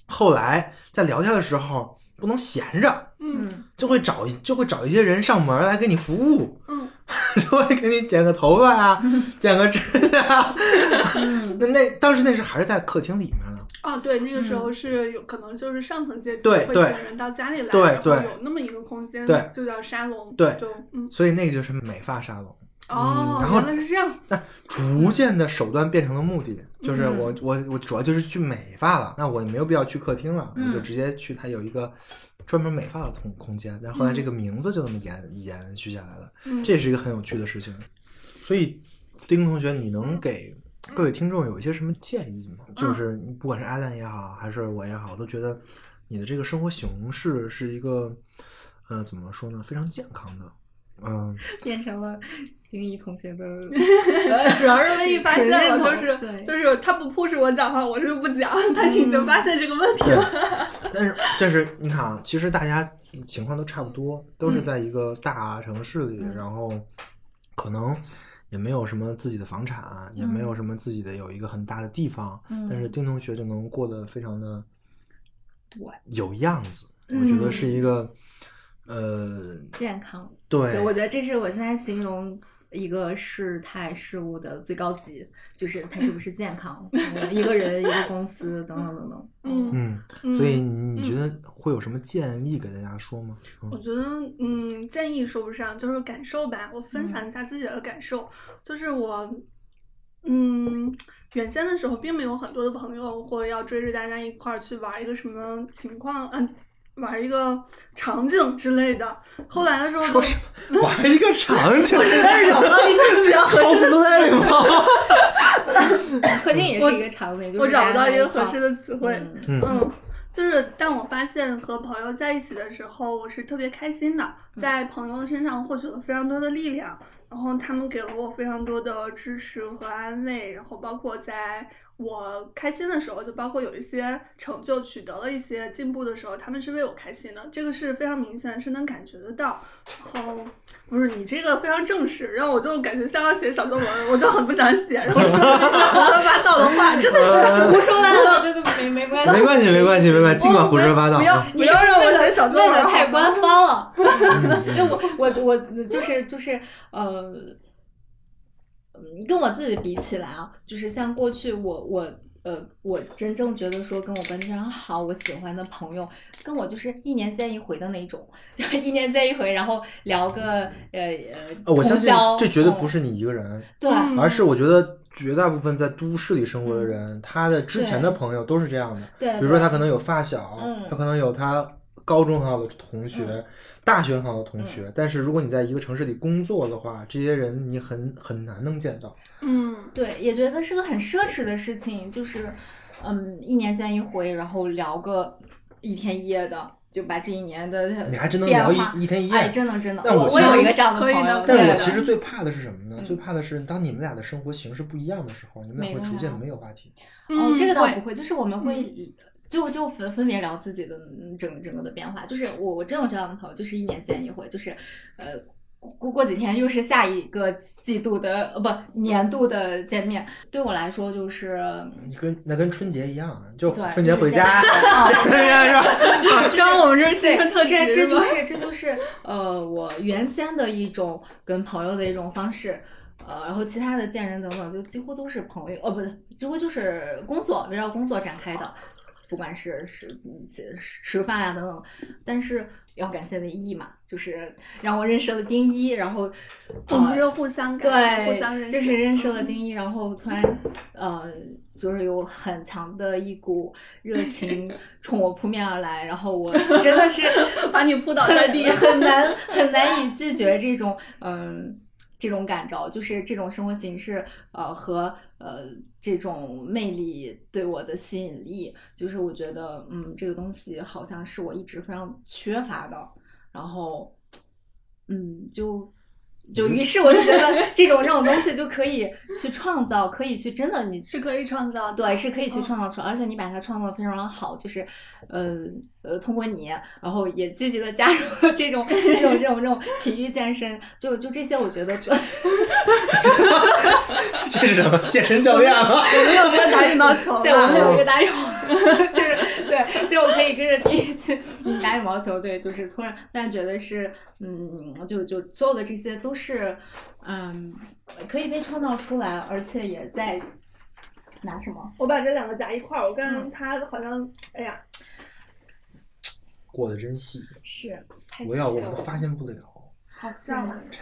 Speaker 2: 后来在聊天的时候不能闲着，
Speaker 3: 嗯
Speaker 1: 嗯
Speaker 2: 就会找就会找一些人上门来给你服务。
Speaker 3: 嗯
Speaker 2: <laughs> 就会给你剪个头发
Speaker 3: <laughs>
Speaker 2: 啊，剪个指甲啊。那那当时那是还是在客厅里面呢，
Speaker 3: 哦，对，那个时候是有可能就是上层阶级
Speaker 2: 嗯对
Speaker 3: 会请
Speaker 2: 对
Speaker 3: 人到家里来，
Speaker 2: 对
Speaker 3: 然后
Speaker 2: 对
Speaker 3: 有那么一个空间，
Speaker 2: 对
Speaker 3: 就叫沙龙，
Speaker 2: 对
Speaker 3: 就嗯，
Speaker 2: 所以那个就是美发沙龙。
Speaker 3: 哦，
Speaker 2: 然后
Speaker 3: 原来是这样，
Speaker 2: 但逐渐的手段变成了目的，就是我我我主要就是去美发了，那我没有必要去客厅了，
Speaker 1: 嗯
Speaker 2: 我就直接去它有一个专门美发的空空间。但后来这个名字就这么延延续下来了，
Speaker 3: 嗯
Speaker 2: 这也是一个很有趣的事情。所以，丁同学，你能给各位听众有一些什么建议吗？就是你不管是艾伦也好，还是我也好，都觉得你的这个生活形式是一个，呃，怎么说呢，非常健康的，嗯、
Speaker 1: 变成了丁一同学的
Speaker 3: <laughs> 主要是微一发现了，就
Speaker 1: 对
Speaker 3: 是就是他不 push 我讲话，我是不讲，他已
Speaker 2: 嗯
Speaker 3: 经发现这个问题了。
Speaker 2: 对，但是但是你看啊，其实大家情况都差不多，都是在一个大城市里，
Speaker 1: 嗯
Speaker 2: 然后可能也没有什么自己的房产，也没有什么自己的有一个很大的地方，
Speaker 1: 嗯
Speaker 2: 但是丁同学就能过得非常的
Speaker 1: 对
Speaker 2: 有样子，我觉得
Speaker 3: 嗯
Speaker 2: 是一个呃，
Speaker 1: 健康。
Speaker 2: 对，
Speaker 1: 嗯就我觉得这是我现在形容一个事态事物的最高级，就是它是不是健康，嗯一个人、一个公司等等等等。
Speaker 3: 嗯
Speaker 2: 嗯，
Speaker 3: 嗯
Speaker 2: 所以你觉得会有什么建议给大家说吗？
Speaker 3: 我
Speaker 2: 嗯
Speaker 3: 觉得，嗯，建议说不上，就是感受吧。我分
Speaker 2: 嗯
Speaker 3: 享一下自己的感受，就是我，嗯，原先的时候并没有很多的朋友或者要追着大家一块儿去玩一个什么情况，嗯，玩一个场景之类的。后来的时候就，
Speaker 2: 说什么玩一个场
Speaker 3: <laughs>
Speaker 2: 景
Speaker 3: 但是找到一个比较合适
Speaker 2: ，cosplay 吗？
Speaker 1: <laughs> 嗯客厅也是一个场景，
Speaker 3: 我找不到一个合适
Speaker 1: 的
Speaker 3: 的词汇。
Speaker 2: 嗯
Speaker 3: 嗯，就是但我发现和朋友在一起的时候，我是特别开心的，在朋友身上获取了非常多的力量，然后他们给了我非常多的支持和安慰，然后包括在我开心的时候，就包括有一些成就取得了一些进步的时候，他们是为我开心的，这个是非常明显，是能感觉得到。然后不是你这个非常正式，让我就感觉像要写小作文，我就很不想写，然后说了一些胡说八道的话，真的是胡说八道。
Speaker 1: 对对对，没没关
Speaker 2: 呃没关系，没关系，没关系，尽管胡说八道。
Speaker 3: 不要
Speaker 2: 嗯
Speaker 3: 不要让我写小作文
Speaker 1: 问的
Speaker 3: 好吗
Speaker 1: 太官方了。
Speaker 2: 嗯
Speaker 1: <laughs> 就我我我就是就是呃，嗯跟我自己比起来啊，就是像过去我我。呃，我真正觉得说跟我关系非常好，我喜欢的朋友，跟我就是一年见一回的那种， <laughs> 就是一年见一回，然后聊个呃呃，
Speaker 2: 呃我相信
Speaker 1: 通宵
Speaker 2: 这绝对不
Speaker 1: 嗯
Speaker 2: 是你一个人，
Speaker 1: 对，
Speaker 3: 嗯
Speaker 2: 而是我觉得绝大部分在都市里生活
Speaker 1: 嗯
Speaker 2: 的人，他的之前的朋友都是这样的。
Speaker 1: 对，
Speaker 2: 比如说，他可能有发小
Speaker 1: 嗯，
Speaker 2: 他可能有他高中很好的同学
Speaker 1: 嗯，
Speaker 2: 大学很好的同学。但是如果你在一个城市里工作的话，这些人你很很难能见到。
Speaker 3: 嗯
Speaker 1: 对，也觉得是个很奢侈的事情，就是，嗯，一年见一回，然后聊个一天一夜的，就把这一年的
Speaker 2: 你还真能
Speaker 1: 呃变
Speaker 2: 聊
Speaker 1: 化
Speaker 2: 一一天一
Speaker 1: 哎，
Speaker 2: 夜。
Speaker 1: 真的真的，
Speaker 2: 但
Speaker 1: 我
Speaker 2: 我
Speaker 1: 我
Speaker 2: 其实
Speaker 1: 有一个这样的朋
Speaker 3: 可以的
Speaker 1: 友，
Speaker 3: 可以
Speaker 2: 但
Speaker 1: 对
Speaker 2: 我
Speaker 3: 的
Speaker 2: 其实最怕的是什么呢
Speaker 1: 嗯？
Speaker 2: 最怕的是当你们俩的生活形式不一样的时候，你们俩
Speaker 1: 没
Speaker 2: 会
Speaker 1: 得
Speaker 2: 逐渐
Speaker 1: 聊
Speaker 2: 没有话题。
Speaker 3: 嗯
Speaker 1: 哦，这个倒不
Speaker 3: 会，嗯
Speaker 1: 会，就是我们会就就分分别聊自己的嗯整整个的变化。就是我我真有这样的朋友，就是一年见一回，就是呃过过几天又是下一个季度的呃不年度的见面。对我来说就是
Speaker 2: 你跟那跟春节一样，啊就
Speaker 1: 对
Speaker 2: 春节
Speaker 1: <laughs>
Speaker 2: 回家， <laughs>
Speaker 1: 就是
Speaker 2: 对呀，是吧？ <laughs>
Speaker 3: 知道我们这是
Speaker 1: 对
Speaker 3: 新春，特辑
Speaker 1: 这这
Speaker 3: 是
Speaker 1: 就
Speaker 3: 吧？
Speaker 1: 是这就是呃我原先的一种跟朋友的一种方式，呃，然后其他的见人等等，就几乎都是朋友，哦，不对，几乎就是工作，围绕工作展开的，不管是是嗯吃吃饭啊等等，但是要感谢唯一嘛，就是让我认识了丁一，然后
Speaker 3: 我们
Speaker 1: 呃
Speaker 3: 是互相感
Speaker 1: 对，
Speaker 3: 互相认识，嗯
Speaker 1: 就是认识了丁一，然后突然，呃，就是有很强的一股热
Speaker 3: <laughs>
Speaker 1: 情冲我扑面而来，然后我真的是
Speaker 3: 把你扑倒在地 <laughs>
Speaker 1: 很难很难以拒绝这种嗯这种感召，就是这种生活形式，呃和呃这种魅力对我的吸引力，就是我觉得嗯这个东西好像是我一直非常缺乏的，然后，嗯，就就于是我就觉得这种这种东西就可以去创造，可以去真的你
Speaker 3: 是可以创造的，
Speaker 1: 对是可以去创造出来，而且你把它创造的非常好，就是，呃呃，通过你，然后也积极的加入 <laughs> 了这种这种这种这种体育健身，就就这些，我觉得
Speaker 2: 这是什么健身教练吗？
Speaker 3: 我们有没有打羽毛球啊？
Speaker 1: <laughs> 对我们有一个打扰，就是对，就我可以跟着第一次嗯打羽毛球，对，就是突然，但觉得是，嗯，就就所有的这些都是，嗯，可以被创造出来，而且也在拿什么？
Speaker 3: <laughs> 我把这两个夹一块儿，我
Speaker 1: 嗯
Speaker 3: 跟他好像，哎呀，
Speaker 2: 过得真细，
Speaker 1: 是，
Speaker 3: 太
Speaker 2: 我要
Speaker 3: 细
Speaker 2: 我
Speaker 3: 了
Speaker 2: 都发现不
Speaker 1: <laughs>
Speaker 2: 了， <laughs>
Speaker 1: 好
Speaker 3: 这样吧，
Speaker 2: 这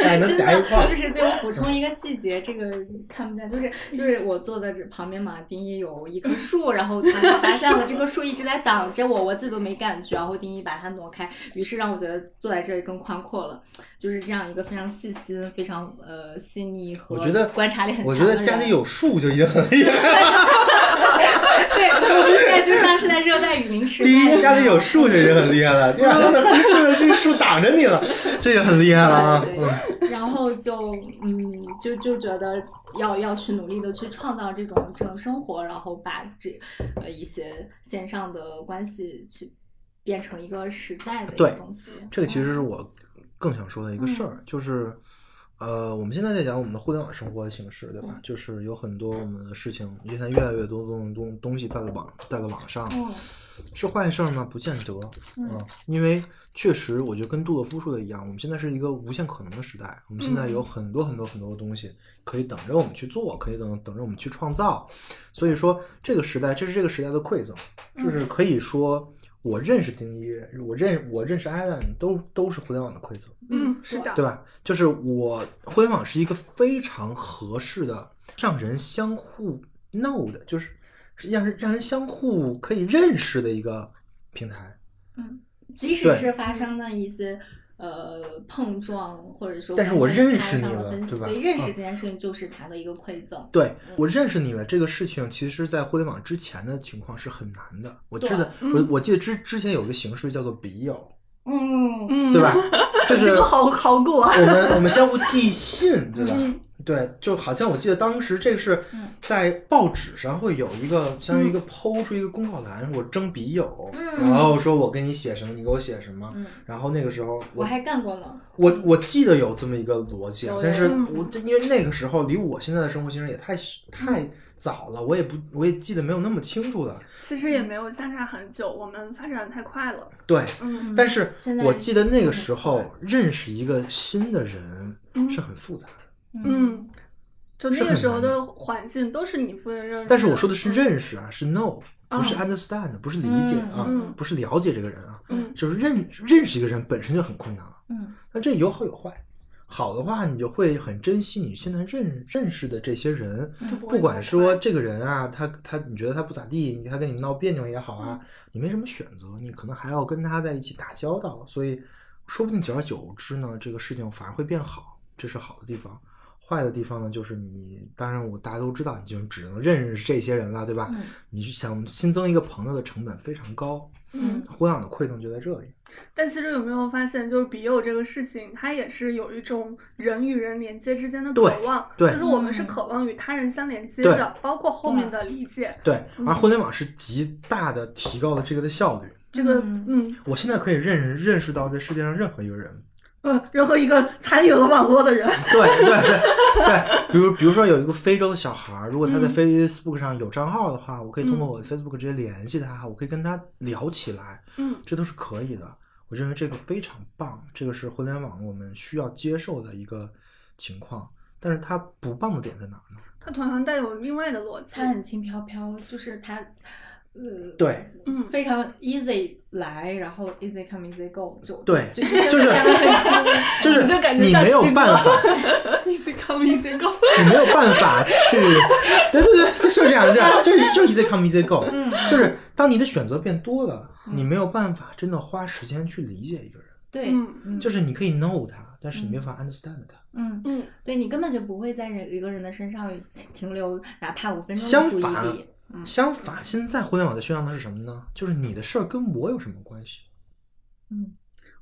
Speaker 2: 还能
Speaker 1: 真
Speaker 2: 夹一块
Speaker 1: 的
Speaker 2: 儿。
Speaker 1: 就是对我补充一个细节，这个看不见，就是就是我坐在这旁边嘛，丁一有一棵树，然后他
Speaker 2: <laughs>
Speaker 1: 就发现了这棵树一直在挡着我，我自己都没感觉，然后丁一把它挪开，于是让我觉得坐在这里更宽阔了，就是这样一个非常细心、非常呃细腻和
Speaker 2: 我觉得
Speaker 1: 观察力很强
Speaker 2: 我
Speaker 1: 的
Speaker 2: 觉
Speaker 1: 人。
Speaker 2: 得家里有树就已经很厉
Speaker 1: <laughs>
Speaker 2: 害了，
Speaker 1: 对，我们现在就像是在热带雨林吃
Speaker 2: <laughs> 第
Speaker 1: 饭
Speaker 2: 一
Speaker 1: 样
Speaker 2: 家里有树就已经很厉害了，第二个这个树挡着你了，这也很厉害了啊。
Speaker 1: 对
Speaker 2: 嗯，
Speaker 1: 然后就嗯，就就觉得要要去努力的去创造这种这种生活，然后把这呃一些线上的关系去变成一个实在的一个
Speaker 2: 对
Speaker 1: 东西。
Speaker 2: 这个其实是我更想说的一个事儿，
Speaker 1: 嗯
Speaker 2: 就是，呃，我们现在在讲我们的互联网生活形式，对吧？
Speaker 1: 嗯
Speaker 2: 就是有很多我们的事情，现在越来越多东东东西带到网带到网上，
Speaker 1: 嗯
Speaker 2: 是坏事儿呢？不见得，
Speaker 1: 嗯
Speaker 2: 啊因为确实，我觉得跟杜勒夫说的一样，我们现在是一个无限可能的时代，我们现在有很多很多很多的东西可以等着我们去做，可以等等着我们去创造，所以说这个时代，这是这个时代的馈赠，就是可以说。我认识丁一，我认我认识 Allen，都都是互联网的馈赠，
Speaker 3: 嗯，是的，
Speaker 2: 对吧？就是我互联网是一个非常合适的让人相互 know 的，就是是让人让人相互可以认识的一个平台。
Speaker 1: 即使
Speaker 2: 对
Speaker 1: 是发生了一些。呃，碰撞或者说
Speaker 2: 但是
Speaker 1: 观
Speaker 2: 我
Speaker 1: 念
Speaker 2: 认
Speaker 1: 上
Speaker 2: 识你
Speaker 1: 的
Speaker 2: 了
Speaker 1: 分歧
Speaker 2: 对吧
Speaker 1: 对，认识
Speaker 2: 嗯
Speaker 1: 这件事情就是它的一个馈赠。
Speaker 2: 对
Speaker 1: 嗯
Speaker 2: 我认识你了，这个事情其实，在互联网之前的情况是很难的。我记
Speaker 1: 对
Speaker 2: 得，我我记得之之前有个形式叫做笔友，
Speaker 1: 嗯，
Speaker 3: 嗯，
Speaker 1: <laughs>
Speaker 2: 对吧？？就是
Speaker 1: 好好过啊。
Speaker 2: 我们我们相互寄信，对吧？
Speaker 3: 嗯
Speaker 2: 对，就好像我记得当时这是
Speaker 1: 嗯
Speaker 2: 在报纸上会有一个，相当于一个抛出一个公告栏，我征笔友，
Speaker 1: 嗯
Speaker 2: 然后说我给你写什么，你给我写什么。
Speaker 1: 嗯，
Speaker 2: 然后那个时候
Speaker 1: 我
Speaker 2: 我
Speaker 1: 还干过呢。
Speaker 2: 我我记得有这么一个逻辑啊
Speaker 1: 有，
Speaker 2: 但是
Speaker 3: 有
Speaker 2: 我这因为那个时候离我现在的生活形式也太
Speaker 3: 嗯
Speaker 2: 太早了，我也不我也记得没有那么清楚了。
Speaker 3: 其实也没有相差很久，我们发展得太快了。
Speaker 2: 对，
Speaker 3: 嗯
Speaker 2: 但是
Speaker 1: 现在
Speaker 2: 我记得那个时候认识一个新的人
Speaker 3: 嗯
Speaker 2: 是很复杂的。
Speaker 3: 嗯，就那
Speaker 2: 是
Speaker 3: 个
Speaker 2: 很
Speaker 3: 时候
Speaker 2: 难
Speaker 3: 的环境都是你不能认识。
Speaker 2: 但是我说的是
Speaker 3: 嗯，
Speaker 2: 认识啊，是 know，
Speaker 3: 啊
Speaker 2: 不是 understand，不是理解啊，
Speaker 3: 嗯
Speaker 2: 不是了解这个人啊，
Speaker 3: 嗯
Speaker 2: 就是认认识一个人本身就很困难了。
Speaker 1: 嗯
Speaker 2: 那这有好有坏，好的话你就会很珍惜你现在认认识的这些人，
Speaker 3: 就不会
Speaker 2: 不管
Speaker 3: 太
Speaker 2: 说
Speaker 3: 快
Speaker 2: 这个人啊，他他你觉得他不咋地，他跟你闹别扭也好啊，
Speaker 3: 嗯
Speaker 2: 你没什么选择，你可能还要跟他在一起打交道，所以说不定久而久之呢，这个事情反而会变好，这是好的地方。坏的地方呢，就是你，当然我大家都知道，你就只能认识这些人了，对吧？
Speaker 1: 嗯
Speaker 2: 你是想新增一个朋友的成本非常高，
Speaker 3: 嗯，
Speaker 2: 互联网的馈赠就在这里。
Speaker 3: 但其实有没有发现，就是笔友这个事情，它也是有一种人与人连接之间的渴
Speaker 2: 对
Speaker 3: 望，
Speaker 2: 对
Speaker 3: 就是我们是渴望与他人相连接
Speaker 2: 对
Speaker 3: 的，包括后面的理解。
Speaker 2: 对，而互联网是极大的提高了这个的效率。
Speaker 3: 这个
Speaker 1: 嗯
Speaker 3: 嗯
Speaker 2: 我现在可以认认识到这世界上任何一个人， <laughs>
Speaker 3: 呃，任何一个参与了网络的人，
Speaker 2: 对对对对，比如比如说有一个非洲的小孩儿，如果他在 Facebook 上有账号的话，我可以通过我的 Facebook 直接联系他，我可以跟他聊起来，
Speaker 3: 嗯
Speaker 2: 这都是可以的。我认为这个非常棒，这个是互联网我们需要接受的一个情况。但是它不棒的点在哪儿呢？
Speaker 3: 它同样带有另外的逻辑
Speaker 1: 它。很轻飘飘，就是它，呃，
Speaker 2: 对，
Speaker 3: 嗯
Speaker 1: 非常 easy 来，然后 easy come easy go，就
Speaker 2: 对
Speaker 1: 就
Speaker 2: 就是
Speaker 1: 真的很轻，
Speaker 2: 就是
Speaker 1: 你就感觉
Speaker 2: 你
Speaker 1: 像
Speaker 2: 没有
Speaker 1: 吃
Speaker 2: 办法，
Speaker 3: easy come easy go，
Speaker 2: 你没有办
Speaker 1: <laughs>
Speaker 2: 法去，对对对，就是这样，这样，就是就是 easy come easy go，
Speaker 1: 嗯
Speaker 2: 就是当你的选择变多了，
Speaker 1: 嗯
Speaker 2: 你没有办法真的花时间去理解一个人。
Speaker 1: 对，
Speaker 3: 嗯
Speaker 1: 嗯
Speaker 2: 就是你可以 know 他，但是你没法 understand 他。
Speaker 1: 嗯，
Speaker 3: 嗯，
Speaker 1: 对你根本就不会在人一个人的身上停留哪怕五分钟
Speaker 2: 相
Speaker 1: 的注意
Speaker 2: 反
Speaker 1: 力，嗯
Speaker 2: 相反，现在互联网的宣扬的是什么呢？就是你的事儿跟我有什么关系？
Speaker 1: 嗯，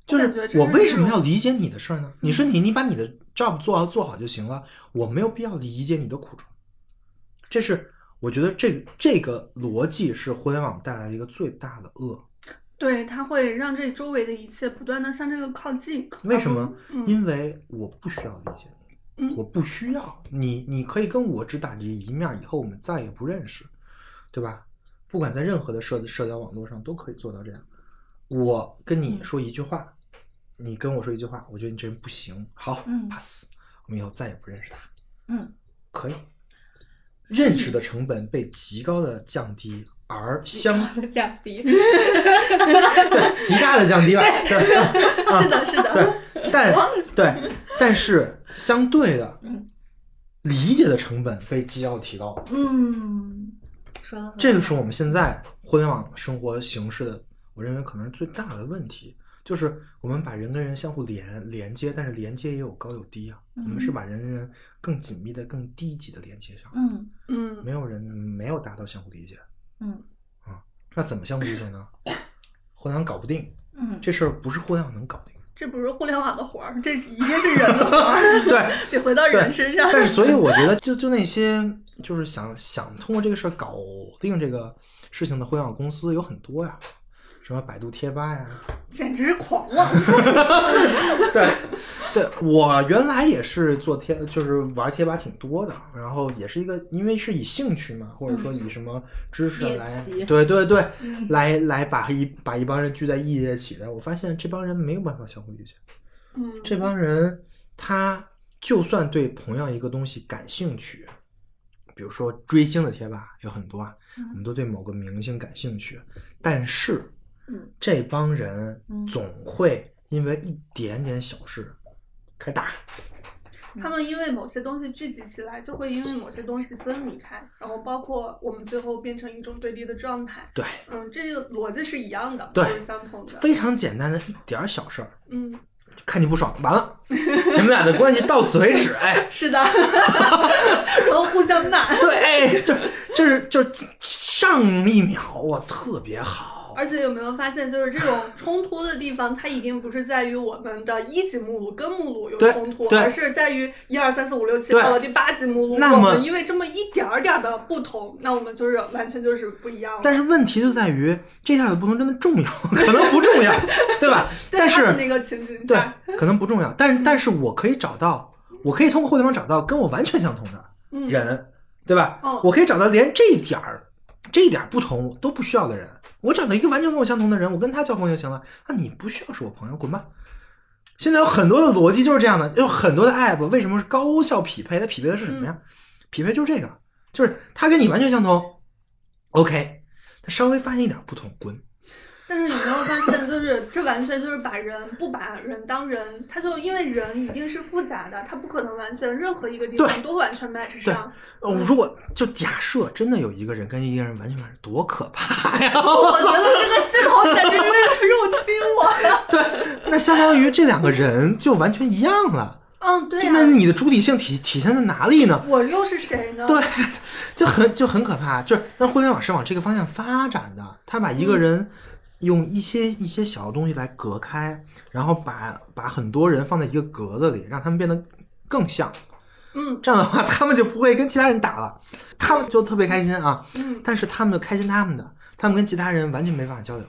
Speaker 2: 就
Speaker 3: 我感觉这
Speaker 2: 是
Speaker 3: 是
Speaker 2: 我为什么要理解你的事儿呢？你是你，你把你的 job 做好做好就行了，我没有必要理解你的苦衷。这是我觉得这个这个逻辑是互联网带来的一个最大的恶。
Speaker 3: 对，它会让这周围的一切不断的向这个靠近。
Speaker 2: 为什么？
Speaker 3: 嗯
Speaker 2: 因为我不需要理解你，
Speaker 3: 嗯
Speaker 2: 我不需要你，你可以跟我只打这一面，以后我们再也不认识，对吧？不管在任何的社社交网络上都可以做到这样。我跟
Speaker 1: 嗯
Speaker 2: 你说一句话，你跟我说一句话，我觉得你这人不行，好、
Speaker 1: 嗯
Speaker 2: p a s s 我们以后再也不认识他，
Speaker 1: 嗯，
Speaker 2: 可以。认识的成本被极高的降低，而相
Speaker 1: <laughs> 降低，
Speaker 2: 对极大的降低了，对，啊
Speaker 3: 是的，是的，
Speaker 2: 对， <laughs> 但对，但是相对的
Speaker 1: 嗯，
Speaker 2: 理解的成本被极高提高。
Speaker 1: 嗯，说的
Speaker 2: 这个是我们现在互联网生活形式的，我认为可能是最大的问题，就是我们把人跟人相互连连接，但是连接也有高有低啊。我们是
Speaker 1: 嗯
Speaker 2: 把人跟人更紧密的、更低级的连接上，
Speaker 1: 嗯
Speaker 3: 嗯
Speaker 2: 没有人没有达到相互理解。啊
Speaker 1: 嗯
Speaker 2: 那怎么相互理解呢？ <coughs> 互联网搞不定
Speaker 1: 嗯，
Speaker 2: 这事儿，不是互联网能搞定。 <laughs>
Speaker 3: 这不是互联网的活儿，这一定是人的活儿， <laughs>
Speaker 2: 对，
Speaker 3: 得回到
Speaker 1: <laughs>
Speaker 3: 人身上。
Speaker 2: 但是，所以我觉得就，就那些就是想想通过这个事儿搞定这个事情的互联网公司有很多呀，什么百度贴吧呀，
Speaker 3: 简直是狂妄。 <laughs>
Speaker 2: 对，对我原来也是做贴，就是玩贴吧挺多的，然后也是一个，因为是以兴趣嘛，或者说以什么知
Speaker 1: 嗯
Speaker 2: 识
Speaker 1: 猎
Speaker 2: 来，
Speaker 1: 奇
Speaker 2: 对对对，
Speaker 1: 嗯
Speaker 2: 来来把一把一帮人聚在一起的，我发现这帮人没有办法相互理解，
Speaker 3: 嗯，
Speaker 2: 这帮人他就算对同样一个东西感兴趣，比如说追星的贴吧有很多啊，
Speaker 1: 嗯
Speaker 2: 我们都对某个明星感兴趣，但是
Speaker 1: 嗯
Speaker 2: 这帮人
Speaker 1: 嗯
Speaker 2: 总会因为一点点小事开打，嗯
Speaker 3: 他们因为某些东西聚集起来，就会因为某些东西分离开，然后包括我们最后变成一种对立的状态。
Speaker 2: 对，
Speaker 3: 嗯，这个逻辑是一样的，
Speaker 2: 对
Speaker 3: 都是相同的。
Speaker 2: 非常简单的一点儿小事儿，
Speaker 3: 嗯，
Speaker 2: 就看你不爽，完了，你们俩的关系到此为止，哎。
Speaker 3: 是
Speaker 2: <laughs>
Speaker 3: 的，然后互相骂。
Speaker 2: 对，哎，就就是就是上一秒我特别好，
Speaker 3: 而且有没有发现，就是这种冲突的地方，它一定不是在于我们的一级目录跟目录有
Speaker 2: 对
Speaker 3: 冲突，
Speaker 2: 对
Speaker 3: 而是在于一二三四五六七
Speaker 2: 对
Speaker 3: 到了第八级目录，
Speaker 2: 那
Speaker 3: 我
Speaker 2: 么
Speaker 3: 们因为这么一点儿点儿的不同，那我们就是完全就是不一样了。
Speaker 2: 但是问题就在于这下子不同真的重要，可能不重要，对吧？
Speaker 3: 在
Speaker 2: 但
Speaker 3: 他们
Speaker 2: 是
Speaker 3: 那个情景
Speaker 2: 对
Speaker 3: 下，，
Speaker 2: 可能不重要，但但是我可以找到，我可以通过互联网找到跟我完全相同的
Speaker 3: 嗯，
Speaker 2: 人，对吧
Speaker 3: 嗯？
Speaker 2: 我可以找到连这一点儿这一点儿不同都不需要的人，我找到一个完全跟我相同的人，我跟他交朋友就行了。那你不需要是我朋友，滚吧！现在有很多的逻辑就是这样的，有很多的 app 为什么是高效匹配？它匹配的是什么呀？匹配就是这个，就是他跟你完全相同，OK，他稍微发现一点不同，滚。
Speaker 3: 但是有没有发现，就是这完全就是把人不把人当人，他就因为人一定是复杂的，他不可能完全任何一个地
Speaker 2: 对
Speaker 3: 方都完全 match 上。
Speaker 2: 哦，如果就假设真的有一个人跟一个人完全完全多可怕呀！
Speaker 3: 我觉得这个系统简直是入侵我了。
Speaker 2: 那相当于这两个人就完全一样了。
Speaker 3: 嗯，对呀、
Speaker 2: 那你的主体性体体现在哪里呢？
Speaker 3: 我又是谁呢？
Speaker 2: 对，就很就很可怕。就是，但互联网是往这个方向发展的，他把一
Speaker 3: 嗯
Speaker 2: 个人用一些一些小的东西来隔开，然后把把很多人放在一个格子里，让他们变得更像。
Speaker 3: 嗯
Speaker 2: 这样的话，他们就不会跟其他人打了，他们就特别开心啊。
Speaker 3: 嗯，
Speaker 2: 但是他们就开心他们的，他们跟其他人完全没办法交流。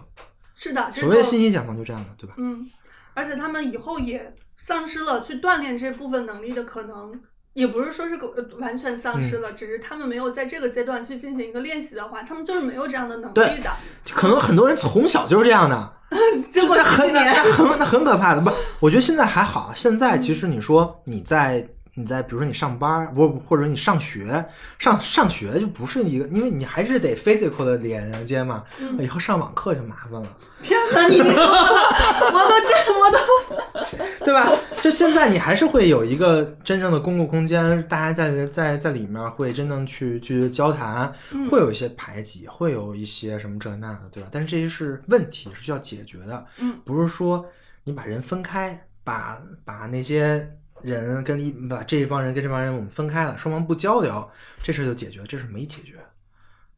Speaker 3: 是的，这
Speaker 2: 所谓的
Speaker 3: 就
Speaker 2: 信息茧房就这样的，对吧？
Speaker 3: 嗯，而且他们以后也丧失了去锻炼这部分能力的可能，也不是说是个呃完全丧
Speaker 2: 嗯
Speaker 3: 失了，只是他们没有在这个阶段去进行一个练习的话，他们就是没有这样的能力的。
Speaker 2: 就可能很多人从小就是这样的。
Speaker 3: 结果
Speaker 2: 那
Speaker 3: 今
Speaker 2: 很那
Speaker 3: 年，
Speaker 2: 那很那很可怕的，不，我觉得现在还好。啊现在其
Speaker 3: 嗯
Speaker 2: 实你说你在你在，比如说你上班儿，不或者你上学，上上学就不是一个，因为你还是得 physical 的连接嘛。哎
Speaker 3: 嗯
Speaker 2: 以后上网课就麻烦了，
Speaker 3: 天哪，你我都这我都 <laughs>
Speaker 2: 对吧？就现在你还是会有一个真正的公共空间，大家在在在里面会真正去去交谈，
Speaker 3: 嗯
Speaker 2: 会有一些排挤，会有一些什么这那的，对吧？但是这些是问题，是需要解决的。
Speaker 3: 嗯
Speaker 2: 不是说你把人分开，把把那些人跟一把这帮人跟这帮人我们分开了，双方不交流，这事儿就解决，这事儿没解决，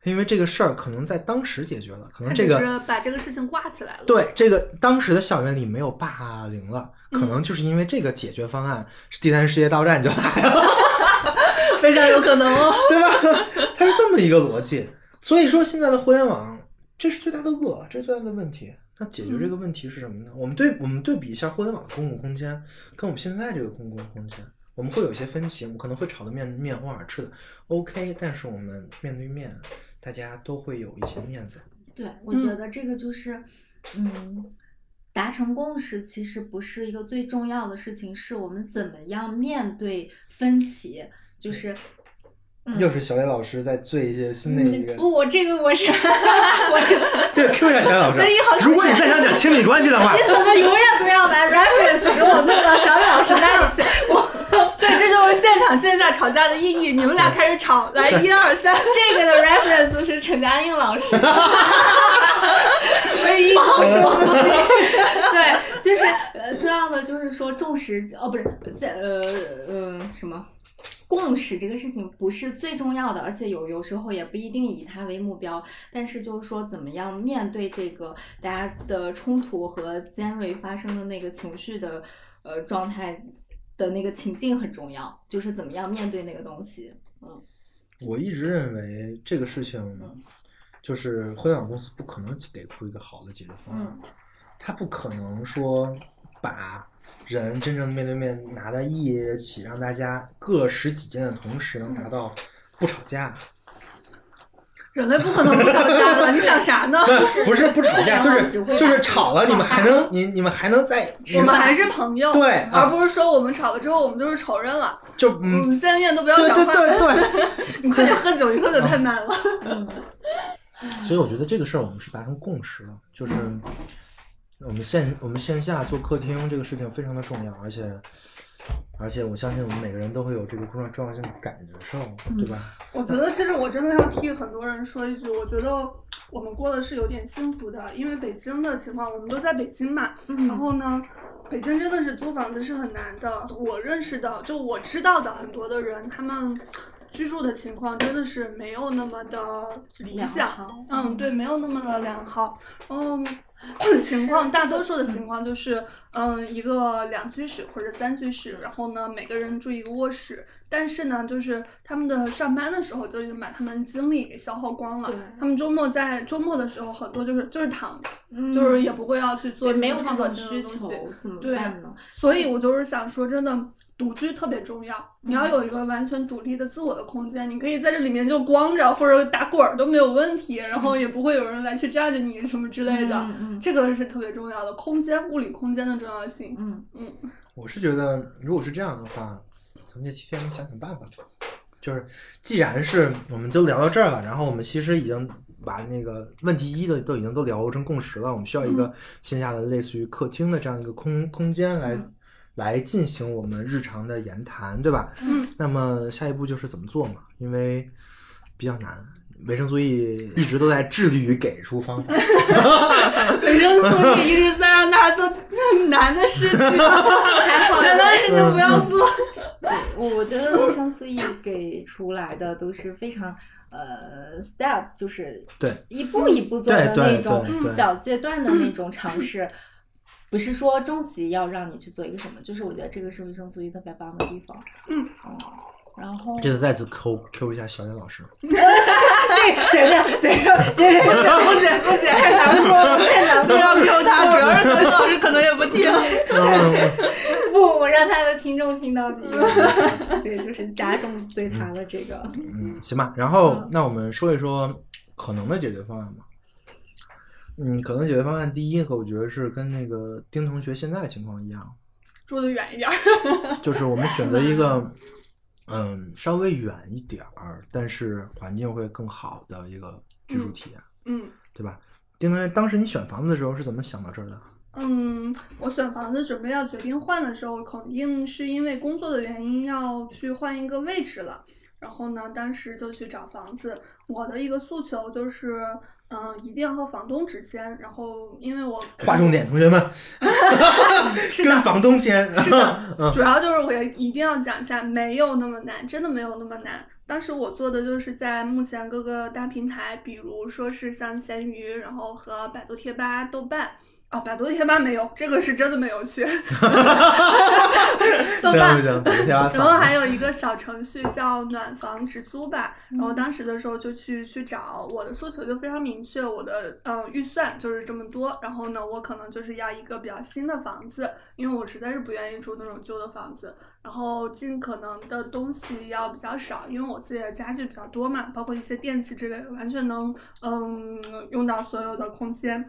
Speaker 2: 因为这个事儿可能在当时解决了，可能这
Speaker 3: 就
Speaker 2: 个
Speaker 3: 是把这个事情挂起来了。
Speaker 2: 对这个当时的校园里没有霸凌了，
Speaker 3: 嗯
Speaker 2: 可能就是因为这个解决方案，第三次世界大战就来了，
Speaker 3: <laughs> 非常有可能哦。
Speaker 2: <laughs> 对吧？它是这么一个逻辑，所以说现在的互联网这是最大的恶，这是最大的问题。那解决
Speaker 3: 嗯
Speaker 2: 这个问题是什么呢？我们对我们对比一下互联网的公共空间跟我们现在这个公共空间，我们会有一些分歧，我们可能会吵得面面红耳赤的。OK，但是我们面对面大家都会有一些面子。
Speaker 1: 对，我觉得这个就是，嗯达成共识其实不是一个最重要的事情，是我们怎么样面对分歧，就是。嗯
Speaker 2: 又是小磊老师在最新的一个，
Speaker 3: 嗯
Speaker 1: 不，我这个我是， <laughs> 我哎
Speaker 2: 对，Q 一下小磊老师
Speaker 3: 文艺好。
Speaker 2: 如果你再想讲亲密关系的话，
Speaker 1: 你怎么永远都要把 reference 给我弄到小雨老师那里去？我 <laughs>
Speaker 3: 对，这就是现场线下吵架的意义。你们俩开始吵，来一二三，
Speaker 1: 这个的 reference 是陈嘉映老师。
Speaker 3: 唯一
Speaker 1: 好说。对，就是呃，重要的就是说重视哦，不是在呃呃什么。共识这个事情不是最重要的，而且有有时候也不一定以它为目标。但是就是说，怎么样面对这个大家的冲突和尖锐发生的那个情绪的呃状态的那个情境很重要，就是怎么样面对那个东西。
Speaker 2: 我一直认为这个事情
Speaker 1: 嗯
Speaker 2: 就是互联网公司不可能给出一个好的解决方
Speaker 3: 嗯
Speaker 2: 案，他不可能说把人真正面对面拿在一起，让大家各持己见的同时能达到不吵架。
Speaker 3: 人类不可能不吵架的，你想啥呢？
Speaker 2: 对，不是不吵
Speaker 3: <laughs>
Speaker 2: 架，就
Speaker 1: 只
Speaker 2: 是
Speaker 1: 会
Speaker 2: 就是吵了，你们还能你你们还能再，你
Speaker 3: 我们
Speaker 2: 们
Speaker 3: 还是朋友，
Speaker 2: 对啊
Speaker 3: 而不是说我们吵了之后我们就是仇人了。
Speaker 2: 就
Speaker 3: 我
Speaker 2: 嗯，
Speaker 3: 们见面都不要
Speaker 2: 对对
Speaker 3: 讲话，
Speaker 2: 对啊对。
Speaker 3: 你快点喝酒，你喝酒太难了。
Speaker 1: 嗯，
Speaker 2: 所以我觉得这个事儿我们是达成共识了，就是我们线我们线下做客厅这个事情非常的重要，而且而且我相信我们每个人都会有这个重要重要性的感受，对吧？
Speaker 3: 我觉得其实我真的要替很多人说一句，我觉得我们过的是有点幸福的，因为北京的情况，我们都在北京嘛。然
Speaker 1: 嗯
Speaker 3: 后呢，北京真的是租房子是很难的。我认识的，就我知道的很多的人，他们居住的情况真的是没有那么的理
Speaker 1: 良
Speaker 3: 想
Speaker 1: 好。
Speaker 3: 嗯，对，没有那么的良好。嗯，情况大多数的情况就是，嗯，一个两居室或者三居室，然后呢，每个人住一个卧室。但是呢，就是他们的上班的时候就已经把他们精力给消耗光了
Speaker 1: 对。
Speaker 3: 他们周末在周末的时候，很多就是就是躺着，
Speaker 1: 嗯
Speaker 3: 就是也不会要去做
Speaker 1: 对，没
Speaker 3: 什
Speaker 1: 有
Speaker 3: 么
Speaker 1: 这
Speaker 3: 创造
Speaker 1: 种
Speaker 3: 性
Speaker 1: 需
Speaker 3: 的东
Speaker 1: 求
Speaker 3: 西。
Speaker 1: 怎么
Speaker 3: 对
Speaker 1: 办呢？
Speaker 3: 所以我就是想说，真的。独居特别重要，你要
Speaker 1: 嗯
Speaker 3: 有一个完全独立的自我的空间，你可以在这里面就光着或者打滚儿都没有问题，然后也不会有人来去抓着你什么之类的。
Speaker 1: 嗯
Speaker 3: 这个是特别重要的，空间物理空间的重要性。
Speaker 1: 嗯
Speaker 2: 我是觉得如果是这样的话，咱们就替他们想想办法吧。就是既然是我们都聊到这儿了，然后我们其实已经把那个问题一的都已经都聊成共识了，我们需要一
Speaker 3: 嗯
Speaker 2: 个线下的类似于客厅的这样一个空空间来、
Speaker 1: 嗯
Speaker 2: 来进行我们日常的言谈，对吧？
Speaker 3: 嗯，
Speaker 2: 那么下一步就是怎么做嘛？因为比较难，维生素 E 一直都在致力于给出方
Speaker 3: <laughs>
Speaker 2: 法。
Speaker 3: 维生素 E 一直在让大家做最难的事情，
Speaker 1: 哎
Speaker 3: 简单的事情
Speaker 2: 嗯
Speaker 3: 不要做。
Speaker 1: 我我觉得维生素 E 给出来的都是非常呃 step，就是
Speaker 2: 对
Speaker 1: 一步一步做的那种
Speaker 2: 对对对对
Speaker 1: 小阶段的那种尝试，不是说终极要让你去做一个什么，就是我觉得这个是维生素 E 特别棒的地方。
Speaker 3: 嗯
Speaker 1: 哦，然后
Speaker 2: 这次再次 Q Q 一下小严老
Speaker 3: <laughs>
Speaker 2: 师，
Speaker 1: 对对对对对对，
Speaker 3: 不行不行，
Speaker 1: 太难过了，太难
Speaker 3: 不
Speaker 1: 过
Speaker 3: 要
Speaker 1: 了。
Speaker 3: Q 他，主要是所以老师可能也不听。
Speaker 1: 嗯
Speaker 2: 嗯
Speaker 1: 不，我让他的听众听到这个，对，就是加重对他的这
Speaker 3: <laughs>
Speaker 1: 个。
Speaker 2: 嗯，行吧。然后那我们说一说可能的解决方案吧。嗯，可能解决方案第一个，我觉得是跟那个丁同学现在的情况一
Speaker 3: <laughs>
Speaker 2: 样，
Speaker 3: 住的远一点儿，
Speaker 2: 就是我们选择一个，嗯，稍微远一点儿，但是环境会更好的一个居住体验。
Speaker 3: 嗯。
Speaker 2: 对吧？丁同学，当时你选房子的时候是怎么想到这儿
Speaker 3: <laughs>
Speaker 2: 的？
Speaker 3: 嗯，我选房子准备要决定换的时候，肯定是因为工作的原因要去换一个位置了。然后呢，当时就去找房子。我的一个诉求就是，嗯、一定要和房东直签。然后，因为我
Speaker 2: 划重点，同学们，
Speaker 3: <laughs> 是的
Speaker 2: 跟房东签。
Speaker 3: 是的，主要就是我也一定要讲一下，没有那么难，真的没有那么难。当时我做的就是在目前各个大平台，比如说是像闲鱼，然后和百度贴吧、豆瓣，哦，百度贴吧没有，这个是真的没
Speaker 2: <laughs>
Speaker 3: 有去。豆
Speaker 2: 这样
Speaker 3: 瓣
Speaker 2: 不行，别
Speaker 3: <laughs>
Speaker 2: 瞎
Speaker 3: 然后
Speaker 2: 扫。
Speaker 3: 还有一个小程序叫暖房直租吧，然后当时的时候就去去找，我的诉求就非常明确，我的呃预算就是这么多，然后呢，我可能就是要一个比较新的房子，因为我实在是不愿意住那种旧的房子，然后尽可能的东西要比较少，因为我自己的家具比较多嘛，包括一些电器之类的，完全能嗯用到所有的空间。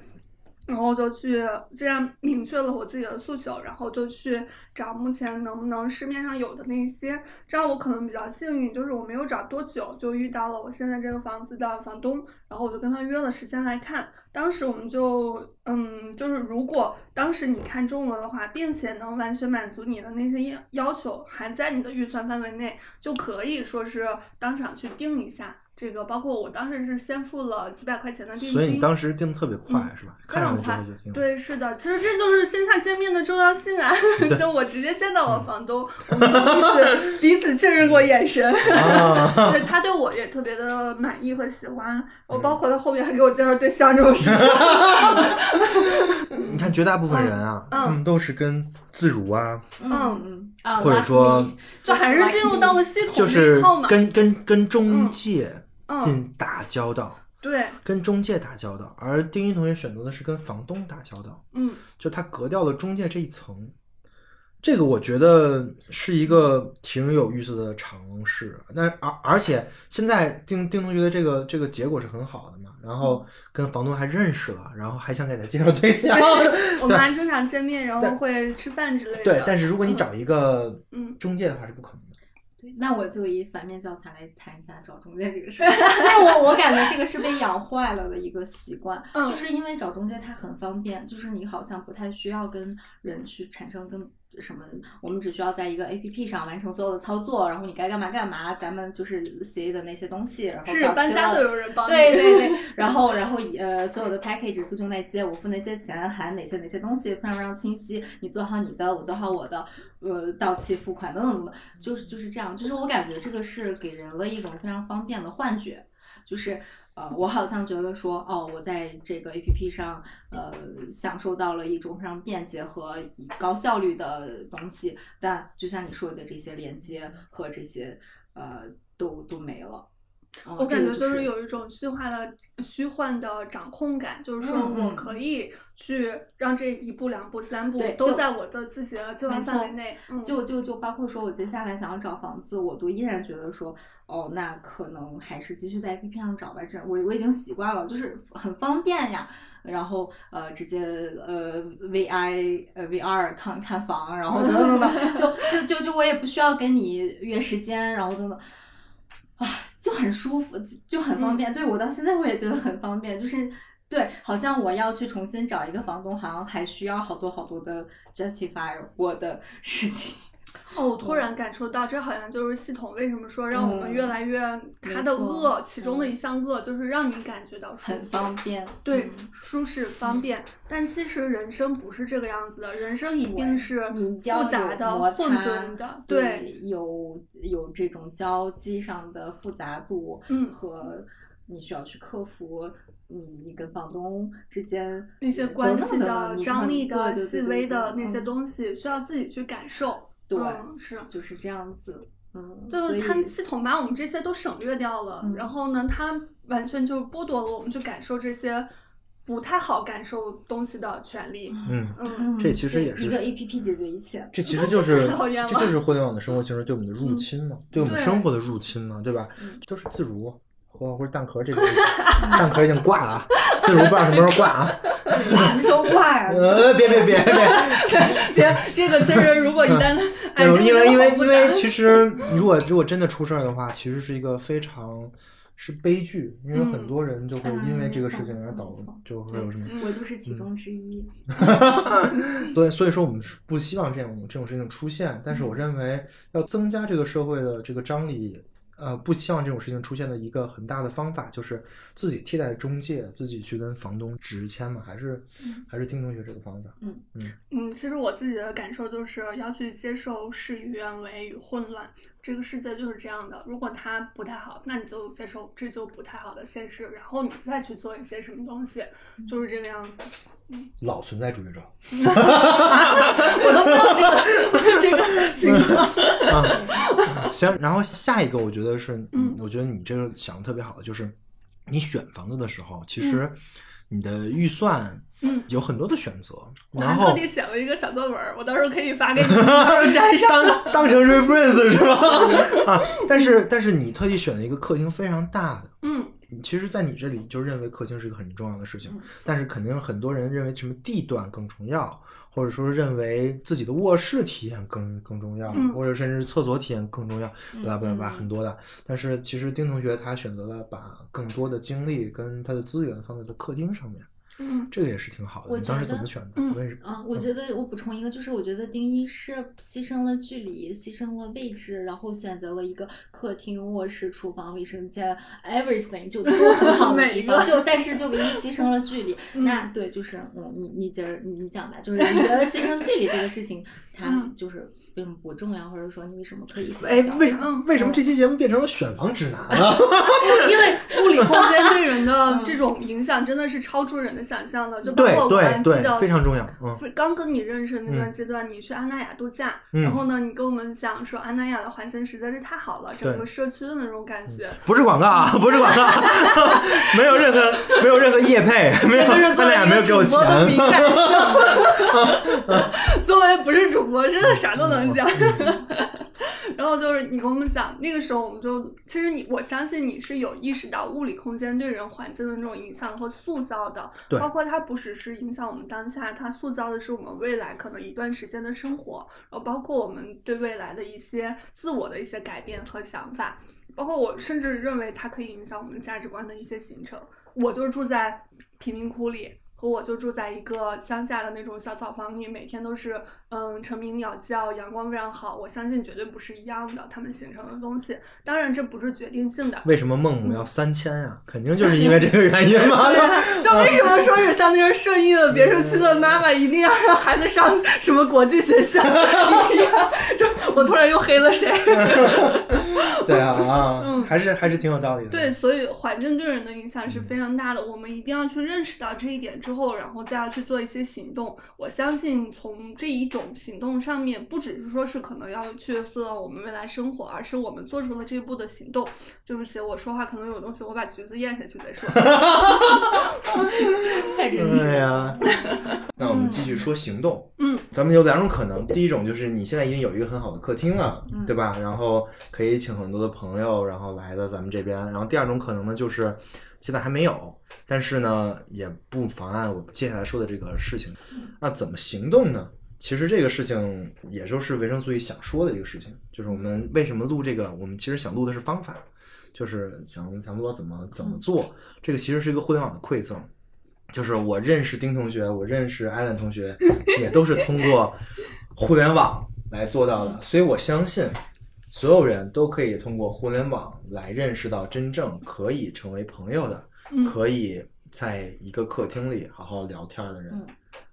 Speaker 3: 然后就去这样明确了我自己的诉求，然后就去找目前能不能市面上有的那些。这样我可能比较幸运，就是我没有找多久就遇到了我现在这个房子的房东，然后我就跟他约了时间来看。当时我们就嗯，就是如果当时你看中了的话，并且能完全满足你的那些要要求，还在你的预算范围内，就可以说是当场去定一下。这个包括我当时是先付了几百块钱的定
Speaker 2: <laughs>
Speaker 3: 金，
Speaker 2: 所以你当时定的特别快、
Speaker 3: 嗯
Speaker 2: 是吧？
Speaker 3: 非
Speaker 2: 看上
Speaker 3: 常
Speaker 2: 去之
Speaker 3: 快
Speaker 2: 后就定。，
Speaker 3: 对，是的，其实这就是线下见面的重要性啊！
Speaker 2: 对
Speaker 3: <laughs>
Speaker 2: 嗯
Speaker 3: 就我直接见到我房东，我们都
Speaker 2: <laughs>
Speaker 3: 彼此彼此确认过眼神，
Speaker 2: 啊，
Speaker 3: 对他对我也特别的满意和喜欢。我
Speaker 2: 嗯
Speaker 3: 包括他后面还给我介绍对象这种事情，
Speaker 2: 你看绝大部分人啊，
Speaker 3: 嗯嗯
Speaker 2: 他们都是跟自如啊，
Speaker 1: 嗯
Speaker 3: 嗯
Speaker 1: 嗯啊，
Speaker 2: 或者说
Speaker 1: lucky me，
Speaker 3: 就还是进入到了系统
Speaker 2: 就
Speaker 3: 那
Speaker 2: 是
Speaker 3: 一套嘛。
Speaker 2: 跟跟跟中介
Speaker 3: 嗯，
Speaker 2: 进打交道，
Speaker 3: 对，
Speaker 2: 跟中介打交道，而丁一同学选择的是跟房东打交道，
Speaker 3: 嗯
Speaker 2: 就他隔掉了中介这一层。这个我觉得是一个挺有意思的尝试，那而而且现在丁丁同学的这个这个结果是很好的嘛，然后
Speaker 3: 嗯
Speaker 2: 跟房东还认识了，然后还想给他介绍对象， <laughs>
Speaker 3: 我们还经常见面，然后会吃饭之类的。
Speaker 2: 对。但是如果你找一个
Speaker 3: 嗯
Speaker 2: 中介的话是不可能的。
Speaker 1: 对，那我就以反面教材来谈一下找中介这个
Speaker 3: <laughs>
Speaker 1: 事儿。就是我，我感觉这个是被养坏了的一个习惯，
Speaker 3: 嗯
Speaker 1: 就是因为找中介它很方便，就是你好像不太需要跟人去产生跟什么，我们只需要在一个 A P P 上完成所有的操作，然后你该干嘛干嘛，咱们就是协议的那些东西，然后
Speaker 3: 是
Speaker 1: 到期
Speaker 3: 搬家
Speaker 1: 了
Speaker 3: 都有人帮你，
Speaker 1: 对对
Speaker 3: <laughs>
Speaker 1: 对，然后然后呃，所有的 package 就就那些，我付那些钱，含哪些哪些东西，非常非常清晰。你做好你的，我做好我的，呃，到期付款等等等等，就是就是这样。就是我感觉这个是给人了一种非常方便的幻觉，就是。呃，我好像觉得说，哦，我在这个 A P P 上，呃，享受到了一种非常便捷和高效率的东西，但就像你说的这些连接和这些，呃，都都没了。哦
Speaker 3: 我
Speaker 1: 这
Speaker 3: 感
Speaker 1: 个
Speaker 3: 觉就是是有一种虚幻的、虚幻的掌控感，就是说
Speaker 1: 嗯嗯
Speaker 3: 我可以去让这一步、两步、三步
Speaker 1: 对
Speaker 3: 都
Speaker 1: 就
Speaker 3: 在我的自己的计划
Speaker 1: 没错
Speaker 3: 范围内。嗯，
Speaker 1: 就就就包括说，我接下来想要找房子，我都依然觉得说，哦，那可能还是继续在 APP 上找吧。这我我已经习惯了，就是很方便呀。然后呃，直接呃 VI 呃 VR 看看房，然后等等等等，就 <laughs> 就就就我也不需要跟你约时间，然后等等。啊，就很舒服，就就很
Speaker 3: 嗯
Speaker 1: 方便。对我到现在我也觉得很方便，就是对，好像我要去重新找一个房东，好像还需要好多好多的 justify 我的事情。
Speaker 3: 哦，我突然感受到，这好像就是系统为什么说让我
Speaker 1: 嗯
Speaker 3: 们越来越它
Speaker 1: 没
Speaker 3: 的
Speaker 1: 错
Speaker 3: 恶，其中的
Speaker 1: 嗯
Speaker 3: 一项恶就是让你感觉到舒
Speaker 1: 很
Speaker 3: 服
Speaker 1: 方便，
Speaker 3: 对
Speaker 1: 嗯，
Speaker 3: 舒适方便，但其实人生不是这个样子的，人生一定
Speaker 1: 对
Speaker 3: 是
Speaker 1: 你一定要
Speaker 3: 复杂
Speaker 1: 有
Speaker 3: 的、
Speaker 1: 摩
Speaker 3: 混
Speaker 1: 擦
Speaker 3: 沌的，对，
Speaker 1: 对，有有这种交际上的复杂度，
Speaker 3: 嗯
Speaker 1: 和你需要去克服你你跟房东之间
Speaker 3: 那些
Speaker 1: 呃
Speaker 3: 关系
Speaker 1: 等等等
Speaker 3: 的
Speaker 1: 等你
Speaker 3: 张
Speaker 1: 看
Speaker 3: 力的、
Speaker 1: 对对
Speaker 3: 细
Speaker 1: 对对
Speaker 3: 微
Speaker 1: 对
Speaker 3: 的那些
Speaker 1: 嗯
Speaker 3: 东西，需要自己去感受。
Speaker 1: 对
Speaker 3: 嗯、是。
Speaker 1: 就是这样子，嗯，
Speaker 3: 就
Speaker 1: 所
Speaker 3: 是
Speaker 1: 以
Speaker 3: 它系统把我们这些都省略掉了，
Speaker 1: 嗯
Speaker 3: 然后呢，它完全就剥夺了我们去感受这些不太好感受东西的权利。
Speaker 2: 嗯，
Speaker 3: 嗯，
Speaker 1: 嗯
Speaker 2: 这其实
Speaker 1: 对
Speaker 2: 也是
Speaker 1: 一个 A P P 解决一切，
Speaker 2: 这其实就是
Speaker 3: <laughs> 太讨厌了嗯
Speaker 2: 这就是互联网的生活形式对我们的入侵嘛，对我们
Speaker 3: 对
Speaker 2: 生活的入侵嘛，对吧
Speaker 1: 嗯？
Speaker 2: 都是自如或或者蛋壳这
Speaker 3: <laughs>
Speaker 2: 种，蛋壳已经挂了，啊，自如不知道什么时候挂啊。
Speaker 3: <laughs>
Speaker 1: 什么时候挂
Speaker 3: 哎啊
Speaker 1: 呀？
Speaker 2: 呃，别别别别，
Speaker 3: 别这个其实如果
Speaker 2: <laughs>
Speaker 3: 一旦哎，这个
Speaker 2: 因为因为
Speaker 3: 真的好复
Speaker 2: 因
Speaker 3: 杂
Speaker 2: 为其实如果如果真的出事儿的话，其实是一个非常是悲剧，因为
Speaker 3: 嗯
Speaker 2: 很多人就会因为这个事情而
Speaker 1: 嗯
Speaker 2: 导
Speaker 1: 没错
Speaker 2: 就会有什么。
Speaker 3: 嗯
Speaker 1: 我就是其中之一，
Speaker 3: <laughs>
Speaker 2: 对，所以说我们是不希望这种这种事情出现，但是我认为要增加这个社会的这个张力，呃不希望这种事情出现的一个很大的方法，就是自己替代中介，自己去跟房东直签嘛，还是、
Speaker 3: 嗯
Speaker 2: 还是听同学这个方法。
Speaker 3: 嗯，其实我自己的感受就是要去接受事与愿违与混乱，这个世界就是这样的。如果它不太好，那你就接受这就不太好的现实，然后你再去做一些什么东西，就是这个样子。 <laughs>
Speaker 2: 老存在主义者
Speaker 3: 我都不知道这个这个情况。
Speaker 2: 啊，行。然后下一个，我觉得是，
Speaker 3: 嗯
Speaker 2: 我觉得你这个想的特别好的就是，你选房子的时候，其实你的预算
Speaker 3: 嗯
Speaker 2: 有很多的选择，
Speaker 3: 我
Speaker 2: 然
Speaker 3: 还特
Speaker 2: 后
Speaker 3: 地写了一个小作文儿，我到时候可以发给你，到时候粘上。
Speaker 1: <laughs>
Speaker 2: 当当成 reference 是吧？ <laughs> 啊，但是但是你特地选了一个客厅非常大的。
Speaker 3: 嗯，
Speaker 2: 其实，在你这里就认为客厅是一个很重要的事情
Speaker 1: 嗯，
Speaker 2: 但是肯定很多人认为什么地段更重要，或者说认为自己的卧室体验更更重要，
Speaker 3: 嗯
Speaker 2: 或者甚至厕所体验更重要，
Speaker 1: 嗯
Speaker 2: 巴拉巴拉巴拉
Speaker 1: 嗯
Speaker 2: 很多的。但是其实丁同学他选择了把更多的精力跟他的资源放在了客厅上面，
Speaker 3: 嗯
Speaker 2: 这个也是挺好的。
Speaker 1: 我
Speaker 2: 你当时
Speaker 1: 觉
Speaker 2: 怎
Speaker 1: 得
Speaker 2: 么选的？
Speaker 3: 嗯
Speaker 2: 为什么？
Speaker 1: 啊，我觉得我补充一个，就是我觉得丁一是牺牲了距离，牺牲了位置，然后选择了一个客厅、卧室、厨房、卫生间，everything 就都很好的
Speaker 3: <laughs> 每
Speaker 1: 地
Speaker 3: 个
Speaker 1: 方，就但是就唯一牺牲了距离。
Speaker 3: 嗯
Speaker 1: 那对，就是嗯，你你接着你你讲吧，就是你觉得牺牲距离这个事情，它
Speaker 3: 嗯
Speaker 1: 就是为什么不重要，或者说你为什么可以牺牲
Speaker 2: 哎
Speaker 1: 掉，
Speaker 2: 为
Speaker 1: 它
Speaker 3: 嗯
Speaker 2: 为什么这期节目变成了选房指南啊？
Speaker 3: 因为物理空间对人的这种影响真的是超出人的想象的，就包
Speaker 2: 对
Speaker 3: 括我还
Speaker 2: 对对，
Speaker 3: 记得
Speaker 2: 非常重要。
Speaker 3: <laughs>
Speaker 2: 嗯，
Speaker 3: 刚跟你认识的那段阶段，你去安那亚度假，
Speaker 2: 嗯
Speaker 3: 然后呢，你跟我们讲说安那亚的环境实在是太好了，
Speaker 2: 对
Speaker 3: 整
Speaker 2: 嗯
Speaker 3: 个社区的那种感觉， <laughs>
Speaker 2: 不是广告啊，不是广告， <laughs> 没有任何没有任何业配，没有
Speaker 3: 这就是
Speaker 2: 他
Speaker 3: 作为
Speaker 2: 俩没有
Speaker 3: 一
Speaker 2: 给我
Speaker 3: 个主
Speaker 2: 钱
Speaker 3: 播。的敏感性。作为不是主播，真的啥都
Speaker 2: 嗯
Speaker 3: 能讲。 <laughs> 然后就是你跟我们讲，那个时候我们就其实你，我相信你是有意识到物理空间对人环境的那种影响和塑造的，
Speaker 2: 对
Speaker 3: 包括它不只是影响我们当下，它塑造的是我们未来可能一段时间的生活，然后包括我们对未来的一些自我的一些改变和想法，包括我甚至认为它可以影响我们价值观的一些形成。我就是住在贫民窟里，和我就住在一个乡下的那种小草房里，每天都是嗯虫鸣鸟叫，阳光非常好。我相信绝对不是一样的，它们形成的东西。当然这不是决定
Speaker 2: <laughs>
Speaker 3: 性的。
Speaker 2: 为什么孟母要三迁呀、肯定就是因为这个原因嘛。
Speaker 3: 就为什么说是像那些顺义 <laughs> 的别墅区的妈妈一定要让孩子上什么国际学校一样？就我突然又黑了谁？
Speaker 2: 对啊啊，
Speaker 3: 嗯
Speaker 2: 还是还是挺有道理的。
Speaker 3: 对，，嗯所以环境对人的影响是非常大的，我们一定要去认识到这一点之后，然后再要去做一些行动。我相信从这一种行动上面，不只是说是可能要去塑造我们未来生活，而是我们做出了这一步的行动。就是写我说话可能有东西，我把橘子咽下去再 <laughs> 说。
Speaker 1: 太真实
Speaker 2: 对呀、
Speaker 1: 了。
Speaker 2: <laughs> 那我们继续说行动。
Speaker 3: 嗯
Speaker 2: 咱们有两种可能，第一种就是你现在已经有一个很好的客厅了，
Speaker 1: 嗯
Speaker 2: 对吧？然后可以请很多的朋友，然后来到咱们这边。然后第二种可能呢，就是现在还没有，但是呢，也不妨碍我们接下来说的这个事情。那怎么行动呢？其实这个事情也就是维生素 E 想说的一个事情，就是我们为什么录这个，我们其实想录的是方法，就是想想录到怎么怎么做。这个其实是一个互联网的馈赠，就是我认识丁同学，我认识艾伦同学，也都是通过互联网来做到的。所以我相信，所有人都可以通过互联网来认识到真正可以成为朋友的，
Speaker 3: 嗯
Speaker 2: 可以在一个客厅里好好聊天的人
Speaker 1: 嗯。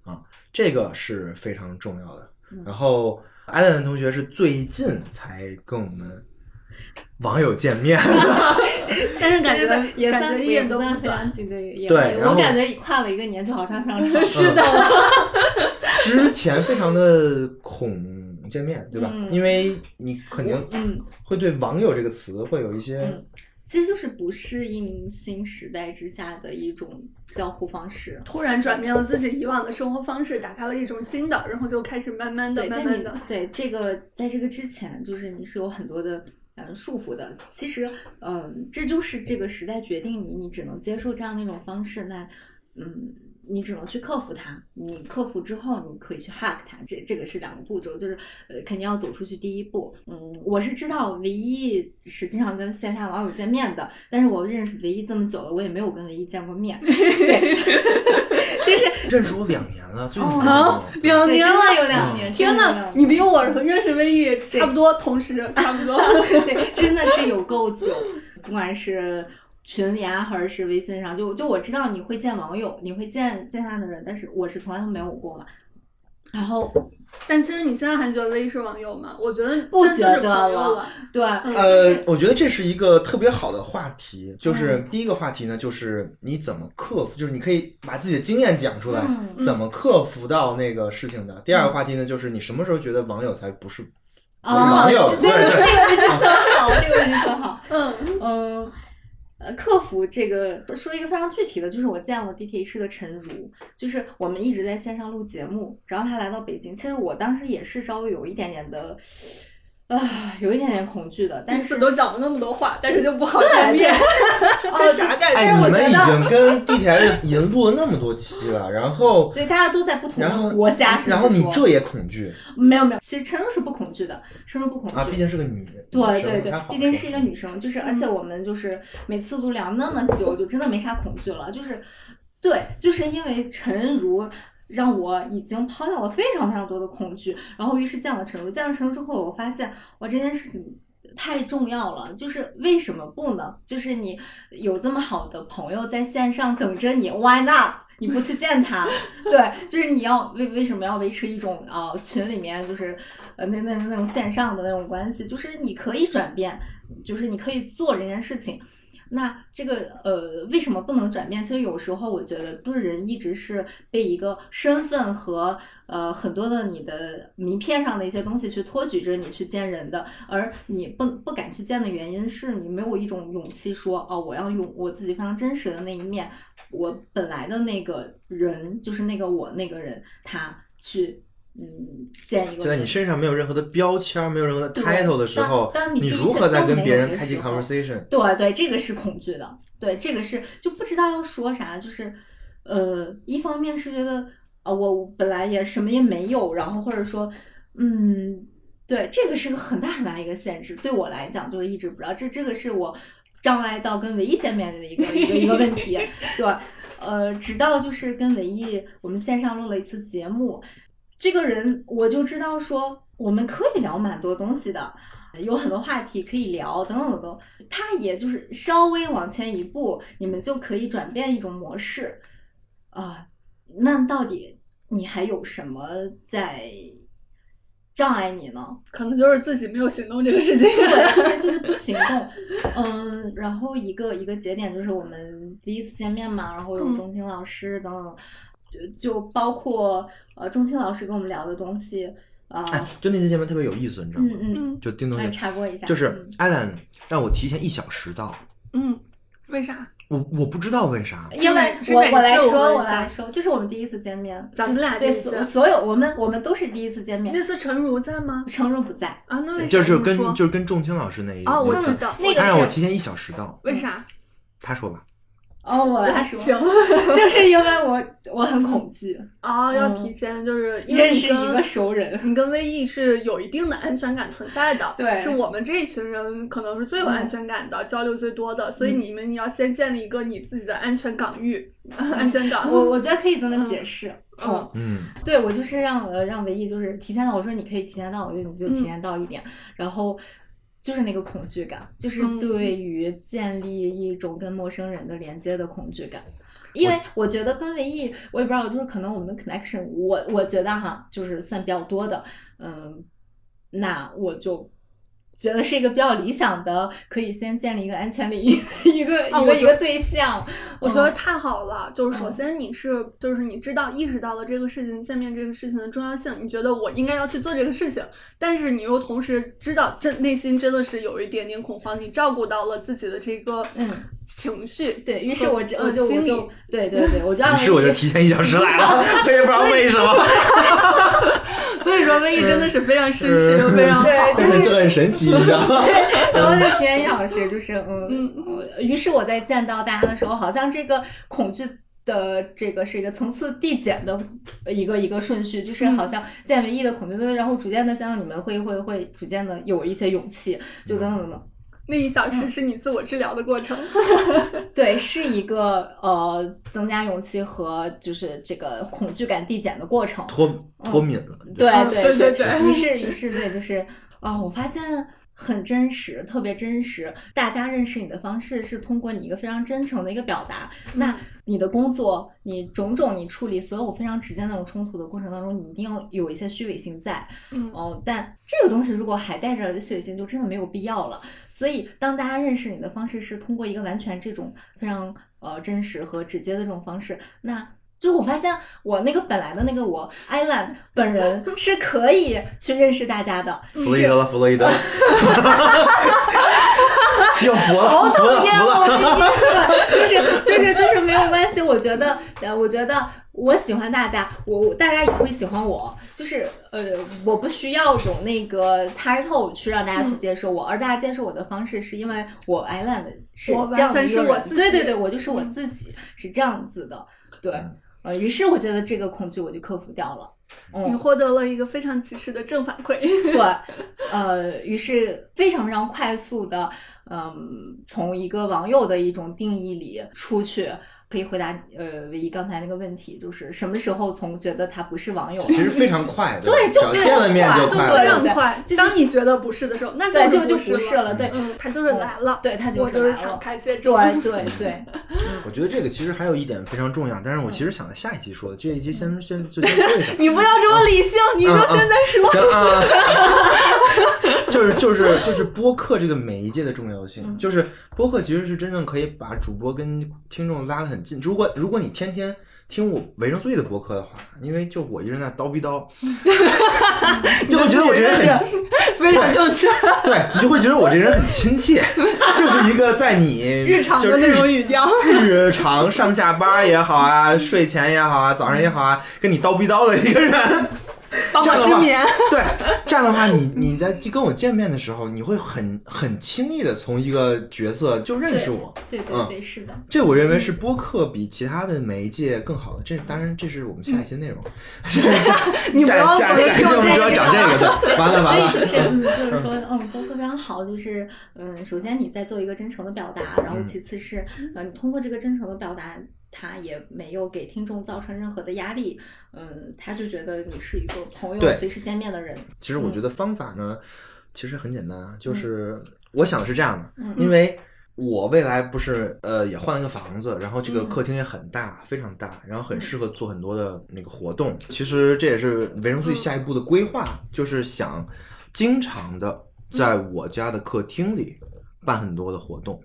Speaker 2: 啊，这个是非常重要的。
Speaker 1: 嗯
Speaker 2: 然后艾伦同学是最近才跟我们网友见面。
Speaker 1: 但是感
Speaker 3: 其实
Speaker 1: 觉
Speaker 3: 也
Speaker 1: 感
Speaker 3: 算
Speaker 1: 觉
Speaker 3: 不
Speaker 1: 一点都
Speaker 3: 也算
Speaker 1: 不
Speaker 3: 非常
Speaker 1: 短，对，也
Speaker 2: 对然
Speaker 1: 我
Speaker 2: 后
Speaker 1: 感觉跨了一个年就好像 <laughs> 上场，
Speaker 2: 是
Speaker 1: 的，
Speaker 2: 之前非常的恐见面，对吧？
Speaker 1: 嗯
Speaker 2: 因为你肯定
Speaker 1: 嗯，
Speaker 2: 会对“网友”这个词会有一些，
Speaker 1: 嗯其实就是不适应新时代之下的一种交互方式。
Speaker 3: 突然转变了自己以往的生活方式，打开了一种新的，然后就开始慢慢的、
Speaker 1: 对，
Speaker 3: 慢
Speaker 1: 但
Speaker 3: 慢
Speaker 1: 你
Speaker 3: 的，
Speaker 1: 对这个，在这个之前，就是你是有很多的嗯束缚的。其实，嗯，这就是这个时代决定你，你只能接受这样的一种方式。那，嗯，你只能去克服它。你克服之后，你可以去 hack 它。这这个是两个步骤，就是呃，肯定要走出去第一步。嗯，我是知道唯一实际上跟线下网友见面的，但是我认识唯一这么久了，我也没有跟唯一见过面。对，就是
Speaker 2: 认识我两年了，最近才
Speaker 3: 啊
Speaker 2: 认识我，
Speaker 3: 两
Speaker 1: 对
Speaker 3: 年
Speaker 1: 真的有
Speaker 3: 了。嗯
Speaker 1: 两年，
Speaker 3: 天
Speaker 1: 哪
Speaker 3: 呐，，你比我认识威毅差不多，同时差不多。
Speaker 1: 对，真的是有够久， <laughs> 不管是群聊还是微信上，就就我知道你会见网友，你会见线下的人，但是我是从来都没有过嘛。然后
Speaker 3: 但其实你现在还觉得威是网友吗？我觉得
Speaker 1: 不
Speaker 3: 真就是
Speaker 1: 觉得
Speaker 3: 朋友
Speaker 1: 了
Speaker 3: 了。
Speaker 1: 对，
Speaker 2: 呃，我觉得这是一个特别好的话题，就是第一个话题呢，就是你怎么克服，就是你可以把自己的经验讲出来，
Speaker 1: 嗯
Speaker 3: 嗯
Speaker 2: 怎么克服到那个事情的。第二个话题呢，就是你什么时候觉得网友才不是
Speaker 1: 哦
Speaker 2: 不是网友，
Speaker 1: 这
Speaker 2: 对
Speaker 1: 个
Speaker 2: 对，
Speaker 1: 这个问题很啊 <laughs> 好，这个问题很好。
Speaker 3: 嗯，
Speaker 1: 嗯，呃，客服这个说一个非常具体的，就是我见过地铁一师的陈如，就是我们一直在线上录节目，然后他来到北京，其实我当时也是稍微有一点点的，啊、有一点点恐惧的，但
Speaker 3: 但
Speaker 1: 是
Speaker 3: 是都讲了那么多话，但是就不好见面，这啥感觉？
Speaker 2: 哎，
Speaker 1: 我
Speaker 2: 你
Speaker 1: 觉
Speaker 2: 们已
Speaker 1: 得
Speaker 2: 经跟地铁人已经录了那么多期了，然后
Speaker 1: <laughs> 对，大家都在不同
Speaker 2: 然后
Speaker 1: 的国家，
Speaker 2: 然后
Speaker 1: 甚至
Speaker 2: 你
Speaker 1: 说
Speaker 2: 这也恐惧
Speaker 1: 没有没有，其实陈如是不恐惧的，陈如不恐惧，
Speaker 2: 啊，毕竟是个女人，
Speaker 1: 对
Speaker 2: 女生
Speaker 1: 对
Speaker 2: 还
Speaker 1: 对，
Speaker 2: 好
Speaker 1: 毕竟
Speaker 2: 说
Speaker 1: 是一个女生，就是而
Speaker 3: 嗯
Speaker 1: 且我们就是每次都聊那么久，就真的没啥恐惧了。就是，对，就是因为陈如让我已经抛掉了非常非常多的恐惧，然后于是见了陈如，见了陈如之后，我发现哇，这件事情。太重要了，就是为什么不呢？就是你有这么好的朋友在线上等着你，Why not？你不去见他，对，就是你要为为什么要维持一种啊、呃群里面就是呃那那那种线上的那种关系，就是你可以转变，就是你可以做这件事情。那这个呃，为什么不能转变？其实有时候我觉得，就是人一直是被一个身份和呃很多的你的名片上的一些东西去托举着你去见人的，而你不不敢去见的原因是你没有一种勇气说哦，我要用我自己非常真实的那一面，我本来的那个人就是那个我那个人，他去嗯见一个
Speaker 2: 就在
Speaker 1: 人
Speaker 2: 你。身上没有任何的标签，没有任何的
Speaker 1: 对
Speaker 2: title 的时候，
Speaker 1: 当当你
Speaker 2: 你
Speaker 1: 这一
Speaker 2: 如
Speaker 1: 切
Speaker 2: 何在
Speaker 1: 都
Speaker 2: 跟
Speaker 1: 没
Speaker 2: 别
Speaker 1: 有
Speaker 2: 人
Speaker 1: 的
Speaker 2: 开启
Speaker 1: 时候啊
Speaker 2: conversation？
Speaker 1: 对对，这个是恐惧的，对，这个是就不知道要说啥，就是，呃，一方面是觉得啊、我本来也什么也没有，然后或者说，嗯，对，这个是个很大很大一个限制，对我来讲就是一直不知道，这这个是我障碍到跟唯一见面的一个一个一个问题，对，呃，直到就是跟唯一我们线上录了一次节目，这个人我就知道说我们可以聊蛮多东西的，有很多话题可以聊，等等等等。他也就是稍微往前一步，你们就可以转变一种模式啊。那到底你还有什么在障碍你呢？
Speaker 3: <laughs>
Speaker 1: <laughs>
Speaker 3: 可能就是自己没有行动这个事情。
Speaker 1: 对，就是就是不行动。嗯，然后一个一个节点就是我们第一次见面嘛，然后有
Speaker 3: 嗯
Speaker 1: 钟情老师等等，就就包括呃钟情老师跟我们聊的东西啊，
Speaker 2: 哎，就那次见面特别有意思，你知道吗？
Speaker 1: 嗯 <laughs> 嗯，
Speaker 2: 就叮咚
Speaker 1: 来
Speaker 2: 一下，
Speaker 1: 插播一下，嗯
Speaker 2: 就是艾兰让我提前一小时到，
Speaker 3: 嗯，为啥？
Speaker 2: 我我不知道为啥。
Speaker 1: 因为
Speaker 3: 是
Speaker 1: 我
Speaker 3: 哪
Speaker 1: 我来
Speaker 3: 次我
Speaker 1: 说，
Speaker 3: 问
Speaker 1: 我
Speaker 3: 一下
Speaker 1: 来说，这是我们第一次见面，
Speaker 3: 咱们俩
Speaker 1: 对
Speaker 3: 第一次
Speaker 1: 所所有我们我们都是第一次见面
Speaker 3: 那，次陈如在吗？
Speaker 1: 程如不在，
Speaker 3: 啊，那为啥
Speaker 2: 就是
Speaker 3: 不
Speaker 2: 跟
Speaker 3: 说
Speaker 2: 就是跟仲青老师那一
Speaker 3: 哦，我
Speaker 2: 那
Speaker 3: 知
Speaker 2: 次
Speaker 3: 道，
Speaker 1: 那个
Speaker 2: 他
Speaker 1: 是
Speaker 2: 让我提前一小时到，
Speaker 3: 为啥？
Speaker 2: 他说吧，
Speaker 1: 哦，我来说， <laughs>
Speaker 3: 行
Speaker 1: 就是因为我我很恐惧
Speaker 3: 哦，要
Speaker 1: 嗯
Speaker 3: 提前就是因为
Speaker 1: 认
Speaker 3: 你
Speaker 1: 识一
Speaker 3: 跟
Speaker 1: 个熟 <laughs> 人，
Speaker 3: 你跟微易是有一定的安全感存在的，
Speaker 1: 对
Speaker 3: 是我们这一群人可能是最有安全感的，交流最多的，所以
Speaker 1: 嗯
Speaker 3: 你们要先建立一个你自己的安全港域， <laughs> 安全港。
Speaker 1: 我我觉得可以这么解释，
Speaker 3: 嗯
Speaker 1: 嗯，
Speaker 2: 嗯，
Speaker 1: 对我就是让呃让唯一就是提前到，我说你可以提前到，我就你就提
Speaker 3: 嗯
Speaker 1: 前到一点，然后就是那个恐惧感，就是
Speaker 3: 嗯
Speaker 1: 对于建立一种跟陌生人的连接的恐惧感。因为我觉得跟唯一，我也不知道，就是可能我们的 connection，我我觉得哈，就是算比较多的，嗯，那我就觉得是一个比较理想的，可以先建立一个安全领域，一个、
Speaker 3: 啊
Speaker 1: 一
Speaker 3: 我哦
Speaker 1: 个
Speaker 3: 觉
Speaker 1: 一个对象，
Speaker 3: 我觉得
Speaker 1: 嗯
Speaker 3: 太好了，就是首先你是，就是你知道意识到了这个事情，见面这个事情的重要性，你觉得我应该要去做这个事情，但是你又同时知道，这内心真的是有一点点恐慌，你照顾到了自己的这个
Speaker 1: 嗯
Speaker 3: 情绪，
Speaker 1: 对于是我这我
Speaker 3: 呃
Speaker 1: 就我
Speaker 3: 心理
Speaker 1: 就对
Speaker 3: <laughs>
Speaker 1: 对对，我就让
Speaker 2: 于是我
Speaker 1: 唯一
Speaker 2: 就提前一小时来了，我也不知道为什么，
Speaker 3: 所以说，威毅真的是非常绅士又
Speaker 2: 嗯
Speaker 3: 非常好
Speaker 1: 对。
Speaker 2: 但是这很神奇，你知道吗？
Speaker 1: 然后那天老师就是嗯
Speaker 3: 嗯，
Speaker 1: 呃于是我在见到大家的时候，好像这个恐惧。的这个是一个层次递减的一个一个顺序，就是好像见唯一的恐惧，然后逐渐的见到你们会会会逐渐的有一些勇气，就等等等等。
Speaker 3: 那一小
Speaker 1: 嗯
Speaker 3: 时是你自我治疗的过程。 <laughs>
Speaker 1: 对，是一个呃增加勇气和就是这个恐惧感递减的过程。
Speaker 2: 脱脱敏了。
Speaker 1: 对
Speaker 3: 嗯对
Speaker 1: 对
Speaker 3: 对对
Speaker 1: 于
Speaker 3: <laughs>
Speaker 1: 是于是对，就是啊、我发现很真实，特别真实。大家认识你的方式是通过你一个非常真诚的一个表达。那
Speaker 3: 嗯
Speaker 1: 你的工作，你种种你处理所有非常直接那种冲突的过程当中，你一定要有一些虚伪性在。
Speaker 3: 嗯
Speaker 1: 哦，但这个东西如果还带着虚伪性，就真的没有必要了。所以，当大家认识你的方式是通过一个完全这种非常呃真实和直接的这种方式，那就是我发现我那个本来的那个我艾兰本人是可以去认识大家的，
Speaker 2: 弗洛伊德
Speaker 1: 是
Speaker 2: 了，弗洛
Speaker 3: <laughs>
Speaker 2: 伊德了，要服了，服了，服了。
Speaker 1: 对，就是就是就是没有关系。我觉得呃，我觉得我喜欢大家，我我大家也会喜欢我，就是呃，我不需要有那个 title 去让大家去接受我，而大家接受我的方式是因为我艾兰是
Speaker 3: 我完
Speaker 1: 这样的
Speaker 3: 全
Speaker 1: 一个
Speaker 3: 是我
Speaker 1: 人
Speaker 3: 自己
Speaker 1: 对对对，我就是我自己、是这样子的，对。呃，于是我觉得这个恐惧我就克服掉了。嗯
Speaker 3: 你，获得了一个非常及时的正反
Speaker 1: <laughs>
Speaker 3: 馈。
Speaker 1: 对，呃，于是非常非常快速的，嗯，从一个网友的一种定义里出去，可以回答呃唯一刚才那个问题，就是什么时候从觉得他不是网友了
Speaker 2: 其实非常快，
Speaker 1: 对
Speaker 2: 吧
Speaker 1: 就
Speaker 3: <laughs>
Speaker 2: 只要见了面
Speaker 3: 就
Speaker 2: 快
Speaker 1: 对
Speaker 3: 非
Speaker 1: 对
Speaker 2: 了
Speaker 3: 常。
Speaker 1: 对
Speaker 3: 快
Speaker 1: 就。是
Speaker 3: 当你觉得不是的时候，
Speaker 1: <laughs>
Speaker 3: 那
Speaker 1: <laughs> 对，就
Speaker 3: 就
Speaker 1: 不
Speaker 3: 是
Speaker 1: 是了，对，
Speaker 3: 嗯，他就是来了，
Speaker 1: 对他就
Speaker 3: 我就是是
Speaker 1: 来
Speaker 3: 敞
Speaker 1: 了，
Speaker 3: 开接触。
Speaker 1: <laughs> 对对对，
Speaker 2: 我觉得这个其实还有一点非常重要，但是我其实想在下一期说的，这一期先先就先说一下。
Speaker 3: 你不要这么理性，你就现在说。
Speaker 2: 嗯行啊， <laughs> 就是就是就是播客这个媒介的重要性，
Speaker 1: 嗯
Speaker 2: 就是播客其实是真正可以把主播跟听众拉得很近。如果如果你天天听我维生素 E 的播客的话，因为就我一个人在叨逼
Speaker 3: <laughs>
Speaker 2: 叨，就会觉得我这人很
Speaker 3: 非常正确，
Speaker 2: 对你就会觉得我这人很亲切，就是一个在你
Speaker 3: 日常的那种语
Speaker 2: <laughs>
Speaker 3: 调。
Speaker 2: 日常上下班也好啊，
Speaker 3: 嗯
Speaker 2: 睡前也好啊，早上也好啊，跟你叨逼叨的一个人，
Speaker 3: 帮
Speaker 2: 这样
Speaker 3: 我
Speaker 2: 的
Speaker 3: 失
Speaker 2: 话
Speaker 3: 眠。
Speaker 2: 对，这样的话，你你在跟我见面的时候，你会很很轻易的从一个角色就认识我。
Speaker 1: 对对对，是的，
Speaker 2: 这我认为是播客比其他的媒介更好的。这当然，这是我们下一期内容。下
Speaker 3: 你不
Speaker 2: 下
Speaker 3: 要
Speaker 2: 下
Speaker 3: 不要
Speaker 2: 下一期
Speaker 3: 用
Speaker 2: 我们
Speaker 3: 这
Speaker 2: 就要
Speaker 3: 个
Speaker 2: 讲这个的，完了
Speaker 1: 所
Speaker 2: 完
Speaker 1: 以就
Speaker 2: <laughs> 了。
Speaker 1: 是，嗯，就是说，嗯，都非常好。就是，嗯，首先你在做一个真诚的表达，然后
Speaker 2: 嗯
Speaker 1: 其次是，嗯，通过这个真诚的表达，他也没有给听众造成任何的压力，嗯，他就觉得你是一个朋
Speaker 2: 对
Speaker 1: 友，随时见面的人，
Speaker 2: 其实我
Speaker 1: 嗯
Speaker 2: 觉得方法呢，其实很简单啊，就是我想是这样的，
Speaker 1: 嗯
Speaker 2: 因为。我未来不是呃也换了个房子，然后这个
Speaker 1: 嗯
Speaker 2: 客厅也很大，非常大，然后很
Speaker 1: 嗯
Speaker 2: 适合做很多的那个活动。其实这也是维生素 E
Speaker 3: 嗯
Speaker 2: 下一步的规划，就是想经常的
Speaker 1: 嗯
Speaker 2: 在我家的客厅里办很多的活动。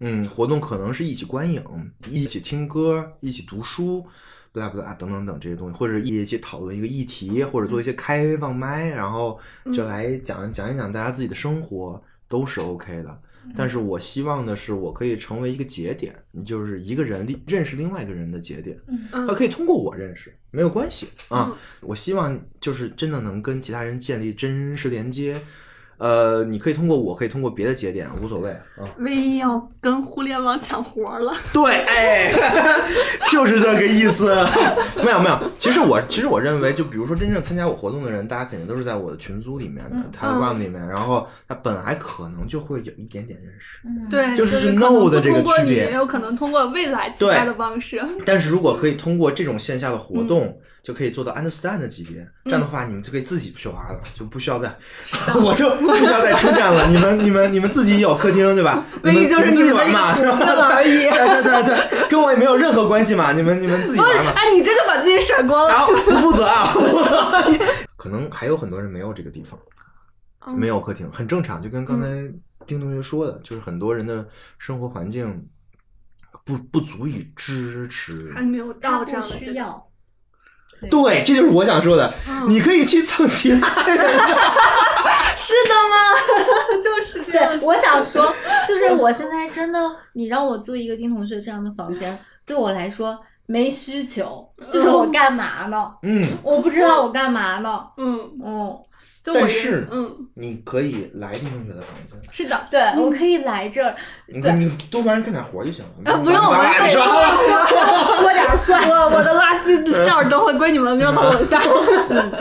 Speaker 3: 嗯
Speaker 2: 活动可能是一起观影、一起听歌、一起读书。不啦不啦啊等等等这些东西，或者一起讨论一个议题，或者做一些开放麦，然后就来讲讲一讲大家自己的生活，都是 OK 的。但是我希望的是，我可以成为一个节点，就是一个人另认识另外一个人的节点，他可以通过我认识，没有关系啊
Speaker 3: 嗯。
Speaker 2: 我希望就是真的能跟其他人建立真实连接，呃，你可以通过我，可以通过别的节点，无所谓啊。
Speaker 3: 唯一要跟互联网抢活了，
Speaker 2: 对，
Speaker 3: <laughs>
Speaker 2: 哎，就是这个意思。没有没有，其实我其实我认为，就比如说真正参加我活动的人，大家肯定都是在我的群组里面的、
Speaker 1: 嗯
Speaker 2: Telegram 里面，然后他本来可能就会有一点点认识。
Speaker 1: 嗯，
Speaker 3: 对，
Speaker 2: 就是
Speaker 3: 是
Speaker 2: no 的这个
Speaker 3: 通过
Speaker 2: 区
Speaker 3: 你，
Speaker 2: 别
Speaker 3: 也有可能通过未来其他的方式。
Speaker 2: 但是如果可以通过这种线下的活动，
Speaker 3: 嗯
Speaker 2: 就可以做到 understand 的级别，这样的话你们就可以自己去玩了，就不需要再， <laughs> 我就不需要再出现
Speaker 3: <laughs>
Speaker 2: 了。你们你们你们自己有客厅对吧？你
Speaker 3: 唯
Speaker 2: 们
Speaker 3: 一就是
Speaker 2: 们自
Speaker 3: 你
Speaker 2: 己
Speaker 3: 们的
Speaker 2: 玩
Speaker 3: 一
Speaker 2: 嘛，
Speaker 3: 个
Speaker 2: 是
Speaker 3: 途
Speaker 2: 吧？
Speaker 3: 径而已。
Speaker 2: <laughs> 对对对对，跟我也没有任何关系嘛，你们你们自己玩嘛。
Speaker 3: 哎，你这就把自己甩锅
Speaker 2: 然
Speaker 3: 了。
Speaker 2: 后不负责
Speaker 3: <laughs>
Speaker 2: 啊，不负责。可能还有很多人没有这个地方，
Speaker 3: 嗯
Speaker 2: 啊没有客厅，很正常。就跟刚才丁同学说的，就是很多人的生活环境不不足以支持。
Speaker 3: 还没有
Speaker 1: 他
Speaker 3: 到这
Speaker 1: 不
Speaker 3: 样的
Speaker 1: 需
Speaker 3: 阶段，
Speaker 1: 要，
Speaker 2: 对，这就是我想说的。
Speaker 3: 嗯
Speaker 2: 你可以去蹭其
Speaker 3: <laughs>
Speaker 2: 他人，
Speaker 3: 是的吗？就是这样
Speaker 1: 对，。我 <laughs> 想说，就是我现在真的，你让我租一个丁同学这样的房间，对我来说没需求，
Speaker 3: 嗯
Speaker 1: 就是我干嘛呢？
Speaker 2: 嗯，
Speaker 1: 我不知道我干嘛呢，
Speaker 3: 嗯，
Speaker 1: 嗯。
Speaker 3: 就我
Speaker 2: 但
Speaker 3: 一个
Speaker 2: 是
Speaker 3: 嗯，
Speaker 2: 你可以来丁同学的房间，
Speaker 3: 是的，嗯
Speaker 1: 对，我可以来这儿，
Speaker 2: 你看你多帮人干点活就行了。
Speaker 3: 啊，不用我
Speaker 2: 你
Speaker 3: 们
Speaker 2: 把你说
Speaker 1: 多点儿蒜。
Speaker 3: 我我的垃圾袋儿都会
Speaker 2: <laughs>
Speaker 3: 归你们扔到楼下。
Speaker 1: 嗯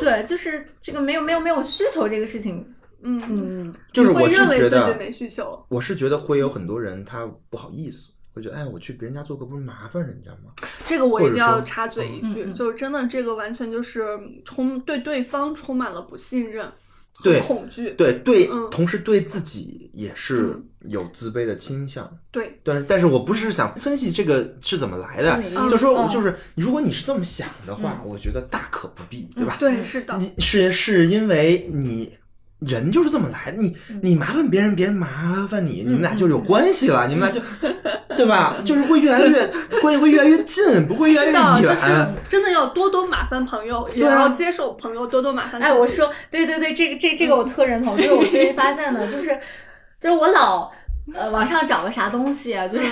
Speaker 1: 对，就是这个没有没有没有需求这个事情，
Speaker 3: 嗯嗯，
Speaker 1: 嗯，
Speaker 2: <laughs> 就是
Speaker 3: 你会
Speaker 2: 我是
Speaker 3: 认为
Speaker 2: 觉
Speaker 3: 自己
Speaker 2: 得
Speaker 3: 没需求，
Speaker 2: 我是觉得会有很多人他不好意思，会觉得哎，我去别人家做客不是麻烦人家吗？
Speaker 3: 这个我
Speaker 2: 或
Speaker 3: 一
Speaker 2: 者
Speaker 3: 定要
Speaker 2: 说
Speaker 3: 插嘴一
Speaker 1: 嗯
Speaker 3: 句，
Speaker 1: 嗯嗯
Speaker 3: 就是真的这个完全就是充对对方充满了不信任和
Speaker 2: 对
Speaker 3: 恐惧，
Speaker 2: 对对，
Speaker 3: 嗯
Speaker 2: 同时对自己也是
Speaker 3: 嗯
Speaker 2: 有自卑的倾向。
Speaker 3: 对
Speaker 2: 但是，但是我不是想分析这个是怎么来的，
Speaker 1: 嗯
Speaker 2: 就说
Speaker 1: 嗯
Speaker 2: 就是，如果你是这么想的话，我觉得大可不必，对吧？
Speaker 3: 嗯对是的，
Speaker 2: 你是是因为你人就是这么来的，你
Speaker 1: 嗯
Speaker 2: 你麻烦别人，别人麻烦你，你们俩
Speaker 1: 嗯
Speaker 2: 就有关系了，你们俩
Speaker 3: 嗯
Speaker 2: 就， <laughs> 对吧？就是会越来
Speaker 3: <laughs>
Speaker 2: 越关系会越来越近，不会越来
Speaker 3: 是的，
Speaker 2: 越
Speaker 3: 就
Speaker 2: 远。
Speaker 3: 是真的要多多麻烦朋友，也
Speaker 2: 对啊
Speaker 3: 要接受朋友多多麻烦自己。
Speaker 1: 哎，我说，对对对，这个这这个我特认同，就是我最近发现的，就是就是我老。呃，网上找个啥东西、啊，就是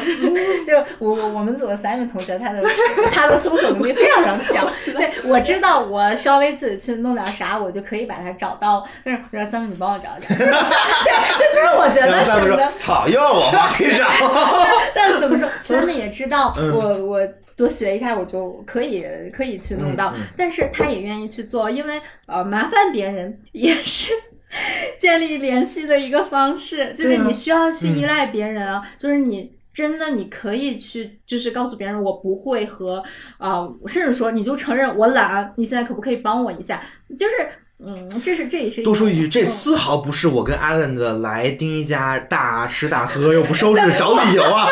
Speaker 1: 就是我我我们组的 Simon 同学，他的他的搜索能力非常非常强。对，我知道我稍微自己去弄点啥，我就可以把它找到。但是我说 Simon，你帮我找一 <laughs> 下。对，这就是我觉
Speaker 2: 然
Speaker 1: 得
Speaker 2: 后再
Speaker 1: 什么
Speaker 2: 不说
Speaker 1: 的，
Speaker 2: 草药，啊我妈可以找。
Speaker 3: <laughs>
Speaker 2: <laughs>
Speaker 1: 但是怎么说，咱们也知道
Speaker 2: 嗯
Speaker 1: 我我多学一下，我就可以可以去弄到
Speaker 2: 嗯嗯。
Speaker 1: 但是他也愿意去做，因为呃麻烦别人也是。 <laughs> 建立联系的一个方式，就是
Speaker 2: 对啊
Speaker 1: 你需要去
Speaker 2: 嗯
Speaker 1: 依赖别人啊，就是你真的你可以去，就是告诉别人我不会和啊、甚至说你就承认我懒，你现在可不可以帮我一下？就是嗯，这是这也是一
Speaker 2: 多说一
Speaker 1: 种
Speaker 2: 句，这
Speaker 1: 嗯
Speaker 2: 丝毫不是我跟阿兰的来丁一家大吃大喝又不收拾找理由啊，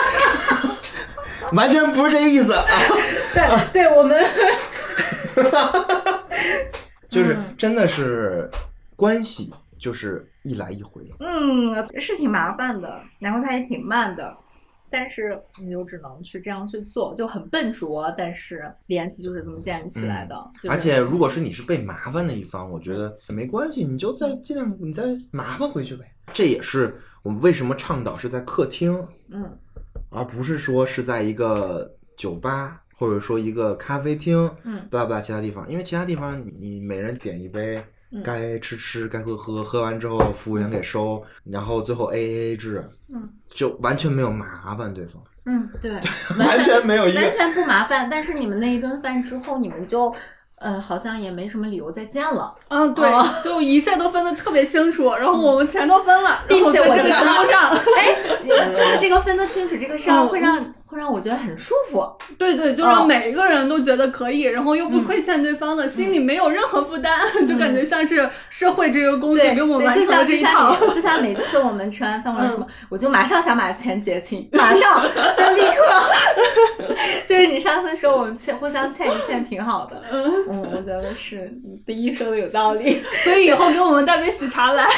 Speaker 2: <laughs> 完全不是这个意思啊。
Speaker 1: 对对，我们
Speaker 2: 就是
Speaker 1: 嗯
Speaker 2: 真的是关系，就是一来一回。
Speaker 1: 嗯，是挺麻烦的，然后它也挺慢的，但是你就只能去这样去做，就很笨拙，但是联系就是这么建立起来的。就是
Speaker 2: 嗯而且，如果是你是被麻烦的一方，我觉得没关系，你就再尽量你再麻烦回去呗。这也是我们为什么倡导是在客厅，
Speaker 1: 嗯
Speaker 2: 而不是说是在一个酒吧或者说一个咖啡厅，
Speaker 1: 嗯
Speaker 2: 不拉不拉其他地方，因为其他地方你你每人点一杯
Speaker 1: 嗯。
Speaker 2: 该吃吃，该喝喝，喝完之后服务员给收，然后最后 A A 制，
Speaker 1: 嗯
Speaker 2: 就完全没有麻烦
Speaker 1: <laughs>
Speaker 2: 对方，
Speaker 1: 嗯，对，
Speaker 2: 完全没有一个
Speaker 1: 完全不麻烦。但是你们那一顿饭之后，你们就呃好像也没什么理由再见了，
Speaker 3: 嗯，对，
Speaker 1: 哦
Speaker 3: 就一切都分得特别清楚，然后我们全都分了，
Speaker 1: 并且
Speaker 3: 然后
Speaker 1: 我
Speaker 3: 在这
Speaker 1: 觉
Speaker 3: 个
Speaker 1: 得
Speaker 3: 桌上，
Speaker 1: <laughs> 哎，就是这个分得清楚这个事儿
Speaker 3: 嗯
Speaker 1: 会让会让我觉得很舒服。
Speaker 3: 对对，就
Speaker 1: 哦嗯
Speaker 3: 让每一个人都觉得可以，然后又不亏欠对方的，心里没有任何负担， <laughs> 就感觉像是社会这个工具
Speaker 1: 对，
Speaker 3: 给我们
Speaker 1: 对，
Speaker 3: 完
Speaker 1: 就
Speaker 3: 成
Speaker 1: 像
Speaker 3: 了这
Speaker 1: 就
Speaker 3: 一
Speaker 1: 像
Speaker 3: 套。嗯
Speaker 1: 你，就像每次我们吃完饭或者什么，我就马上想把钱结清，马上就立刻。 <laughs> 就是你上次说我们欠互相欠一欠挺好的，嗯，我觉得是你第一说的有道
Speaker 3: <laughs>
Speaker 1: 理，
Speaker 3: 所以以后给我们带杯喜茶来。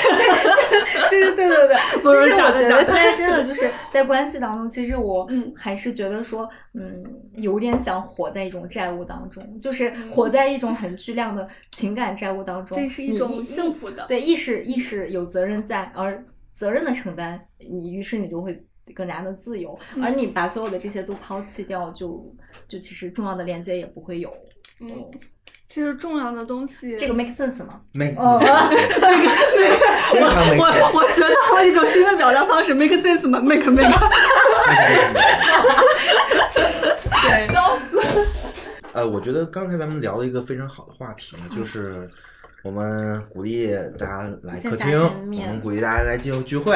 Speaker 1: 就是对对对，
Speaker 3: 不是
Speaker 1: 就是我
Speaker 3: 假的
Speaker 1: 觉
Speaker 3: 假
Speaker 1: 得
Speaker 3: 的
Speaker 1: 现在真的就是在关系当中，其实我
Speaker 3: 嗯
Speaker 1: 还是觉得说，嗯，有点想活在一种债务当中，就是活在一种很巨量的情感债务当中，
Speaker 3: 嗯 <laughs> 这是一
Speaker 1: 你
Speaker 3: 种幸福的
Speaker 1: 对，意识意识有责任在，而责任的承担，你于是你就会更加的自由，而你把所有的这些都抛弃掉，就就其实重要的连接也不会有。
Speaker 3: 嗯，其实重要的东西，
Speaker 1: 这个 make sense 吗？
Speaker 2: 没，
Speaker 1: 哦 <laughs>
Speaker 2: 非常没
Speaker 3: 我
Speaker 2: 意思
Speaker 3: 我学到了一种新的表达方式，make sense 吗？make make。
Speaker 1: <laughs> 对， <laughs>
Speaker 2: 呃，我觉得刚才咱们聊了一个非常好的话题，
Speaker 1: 嗯
Speaker 2: 就是我们鼓励大家来客
Speaker 1: 线下
Speaker 2: 厅，
Speaker 1: 见
Speaker 2: 我
Speaker 1: 面嗯
Speaker 2: 们鼓励大家来进入聚会，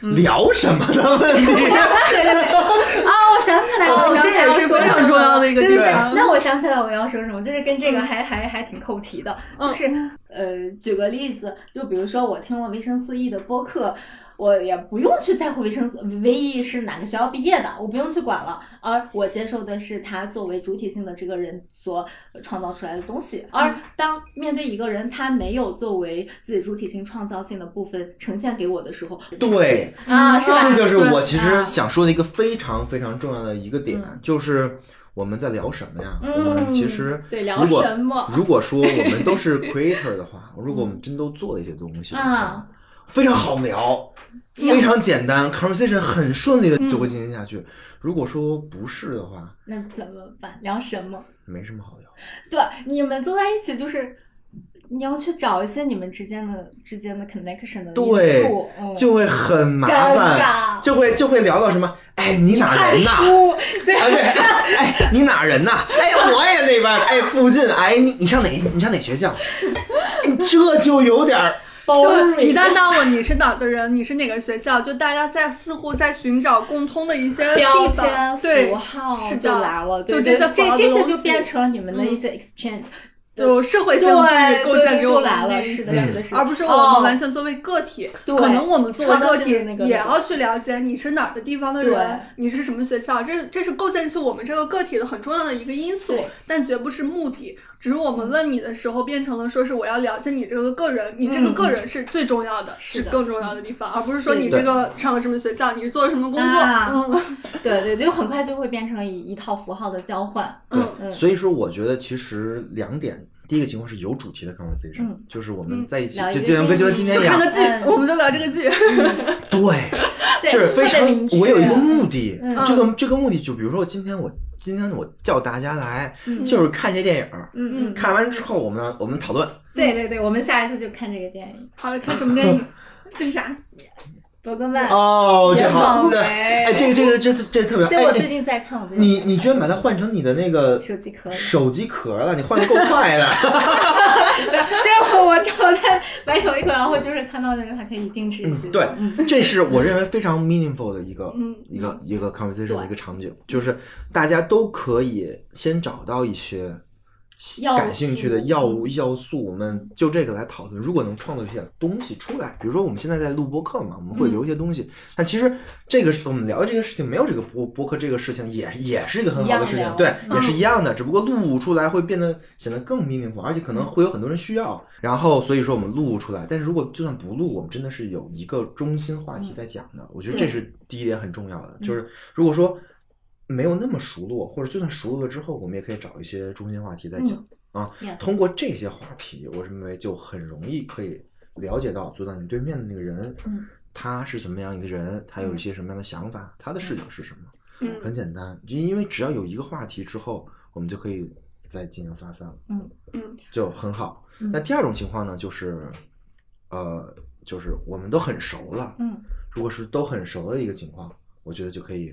Speaker 2: 聊什么的问题。 <laughs>
Speaker 1: <laughs> 啊，我想起来了，
Speaker 3: 哦
Speaker 1: 我刚
Speaker 3: 这也
Speaker 1: 才要
Speaker 3: 是
Speaker 1: 说
Speaker 3: 非常
Speaker 1: 什么
Speaker 3: 重要的一个
Speaker 1: 对对
Speaker 2: 地
Speaker 1: 对
Speaker 2: 方
Speaker 1: 那我想起来我要说什么，就是跟这个还、还还挺扣题的，
Speaker 3: 嗯
Speaker 1: 就是、呃，举个例子，就比如说我听了维生素 E 的播客。我也不用去在乎维生素 V E 是哪个学校毕业的，我不用去管了。而我接受的是他作为主体性的这个人所创造出来的东西。而
Speaker 3: 嗯
Speaker 1: 当面对一个人，他没有作为自己主体性创造性的部分呈现给我的时候，
Speaker 2: 对，
Speaker 1: 啊，是吧？
Speaker 2: 这就是
Speaker 1: 对
Speaker 2: 我其实
Speaker 1: 啊
Speaker 2: 想说的一个非常非常重要的一个点，
Speaker 1: 嗯
Speaker 2: 就是我们在聊什么呀？
Speaker 1: 嗯
Speaker 2: 我们其实
Speaker 1: 对聊
Speaker 2: 如果
Speaker 1: 什么嗯
Speaker 2: 如果说我们
Speaker 1: <laughs>
Speaker 2: 都是 creator 的话，如果我们真都做了一些东西的话
Speaker 1: 啊，
Speaker 2: 非常好聊。
Speaker 1: 嗯
Speaker 2: 非常简单，conversation 很顺利的就会进行下去。如果说不是的话，
Speaker 1: 那怎么办？聊什么？
Speaker 2: 没什么好聊。
Speaker 1: 对，你们坐在一起就是，你要去找一些你们之间的之间的 connection 的因
Speaker 2: 对
Speaker 1: 素，嗯、
Speaker 2: 就会很麻
Speaker 1: 尴
Speaker 2: 烦，
Speaker 1: 尬
Speaker 2: 就会就会聊到什么？哎，你哪
Speaker 1: 看
Speaker 2: 人呐？
Speaker 1: 书，对，
Speaker 2: 哎对，哎哎，你哪人呐？哎，我也那边，哎，附近，哎，你你上哪？你上哪学校？哎这就有点儿
Speaker 3: <laughs> 就是
Speaker 1: boring 哦
Speaker 3: 你带到了你是哪儿的人，你是哪个学校，就大家在似乎在寻找共通的一些
Speaker 1: 标
Speaker 3: 地
Speaker 1: 签
Speaker 3: 方，
Speaker 1: 符
Speaker 3: 对，
Speaker 1: 号
Speaker 3: 是
Speaker 1: 就
Speaker 3: 的
Speaker 1: 来了，
Speaker 3: 就
Speaker 1: 对对
Speaker 3: 这些符
Speaker 1: 这
Speaker 3: 号
Speaker 1: 这
Speaker 3: 的
Speaker 1: 些
Speaker 3: 东
Speaker 1: 就
Speaker 3: 西
Speaker 1: 变成了你们的一
Speaker 3: 嗯
Speaker 1: 些 exchange，
Speaker 3: 就社会
Speaker 1: 对
Speaker 3: 性东西构建
Speaker 1: 对
Speaker 3: 给我
Speaker 1: 就
Speaker 3: 们
Speaker 1: 来了，
Speaker 3: 的
Speaker 1: 是的，
Speaker 2: 嗯
Speaker 1: 是的，是的，
Speaker 3: 而不是我
Speaker 1: 哦
Speaker 3: 们完全作为个体，
Speaker 1: 对
Speaker 3: 可能我们作为
Speaker 1: 创造
Speaker 3: 个
Speaker 1: 性
Speaker 3: 体
Speaker 1: 的那个
Speaker 3: 也
Speaker 1: 那个
Speaker 3: 要去了解你是哪儿的地方的
Speaker 1: 对
Speaker 3: 人，你是什么学校，这这是构建起我们这个个体的很重要的一个因素
Speaker 1: 对，嗯
Speaker 3: 但绝不是目的。只是我们问你的时候，变成了说是我要了解你这个个人，你这个
Speaker 1: 嗯
Speaker 3: 个人是最重要的，
Speaker 1: 是
Speaker 3: 是
Speaker 1: 的
Speaker 3: 更重要的地方，而不是说
Speaker 1: 对
Speaker 3: 你
Speaker 2: 对
Speaker 3: 这个上了什么学校，你是做了什么工作，
Speaker 1: 啊
Speaker 3: 嗯 <laughs>
Speaker 1: 对对，就很快就会变成一一套符号的交换。
Speaker 2: 对
Speaker 3: 嗯，
Speaker 1: 嗯
Speaker 2: 所以说我觉得其实两点，第一个情况是有主题的 conversation，、
Speaker 1: 嗯
Speaker 2: 就是我们在一起，
Speaker 1: 聊一
Speaker 2: 就
Speaker 1: 个
Speaker 2: 就像跟就跟今天
Speaker 3: 就
Speaker 2: 一
Speaker 3: 看
Speaker 2: 样
Speaker 3: 个，剧，
Speaker 1: 嗯
Speaker 3: 我们就聊这个剧，
Speaker 2: 对，
Speaker 1: 对，
Speaker 2: 这是非
Speaker 1: 特
Speaker 2: 常
Speaker 1: 别明确
Speaker 2: 我有一个目的，
Speaker 1: 嗯
Speaker 2: 这个这个目的就比如说今天我今天我叫大家来、
Speaker 1: 嗯
Speaker 2: 就是看这电影，
Speaker 1: 嗯嗯，
Speaker 2: 看完之后我们我们讨论，
Speaker 1: 对对对，我们下一次就看这个电影
Speaker 3: 好了，看什么电 <laughs> 影？这是啥？
Speaker 1: 《伯格曼》。
Speaker 2: 哦，这
Speaker 1: 野草
Speaker 2: 好，
Speaker 1: 莓
Speaker 2: 对，哎，这个这个这这特别
Speaker 1: <laughs>
Speaker 2: 好，
Speaker 1: 对，我
Speaker 2: 哎，
Speaker 1: 最
Speaker 2: 哎
Speaker 1: 近在看，我最近
Speaker 2: 你
Speaker 1: 在
Speaker 2: 你居然把它换成你的那个
Speaker 1: 看手机壳了，
Speaker 2: 手机壳了，你换的够快
Speaker 1: <laughs>
Speaker 2: 的。
Speaker 1: <laughs> 就是我我只要在买手机壳，然后就是看到那个还可以定制一些。
Speaker 2: 嗯对
Speaker 1: 嗯
Speaker 2: 这是我认为非常 meaningful 的一个、
Speaker 3: 嗯
Speaker 2: 一个一个 conversation
Speaker 1: 对
Speaker 2: 的一个场景，就是大家都可以先找到一些
Speaker 1: 要
Speaker 2: 感兴趣的
Speaker 1: 素
Speaker 2: 药物要素，我们就这个来讨论。如果能创造一些东西出来，比如说我们现在在录播客嘛，我们会
Speaker 3: 嗯
Speaker 2: 留一些东西。但其实这个我们聊这个事情，没有这个播播客这个事情也也是一个很好的事
Speaker 1: 一
Speaker 2: 情
Speaker 1: 样，嗯
Speaker 2: 对
Speaker 1: 聊，
Speaker 2: 也是一样的，只不过录出来会变得显得更 meaningful，而且可能会有很多人需要。然后所以说我们录出来，但是如果就算不录，我们真的是有一个中心话题在讲的。我觉得这
Speaker 1: 嗯对嗯
Speaker 2: 是第一点很重要的，就是如果说没有那么熟络，或者就算熟络了之后，我们也可以找一些中心话题在讲。
Speaker 1: 嗯
Speaker 2: 啊
Speaker 1: yes
Speaker 2: 通过这些话题，我认为就很容易可以了解到、做到你对面的那个人，
Speaker 1: 嗯
Speaker 2: 他是怎么样一个人，他有一些什么样的想法，他的视角是什么。
Speaker 3: 嗯
Speaker 2: 很简单，就因为只要有一个话题之后，我们就可以再进行发散了，
Speaker 3: 嗯
Speaker 2: 就很好。
Speaker 1: 嗯
Speaker 2: 那第二种情况呢，就是，呃，就是我们都很熟了，
Speaker 1: 嗯
Speaker 2: 如果是都很熟的一个情况，我觉得就可以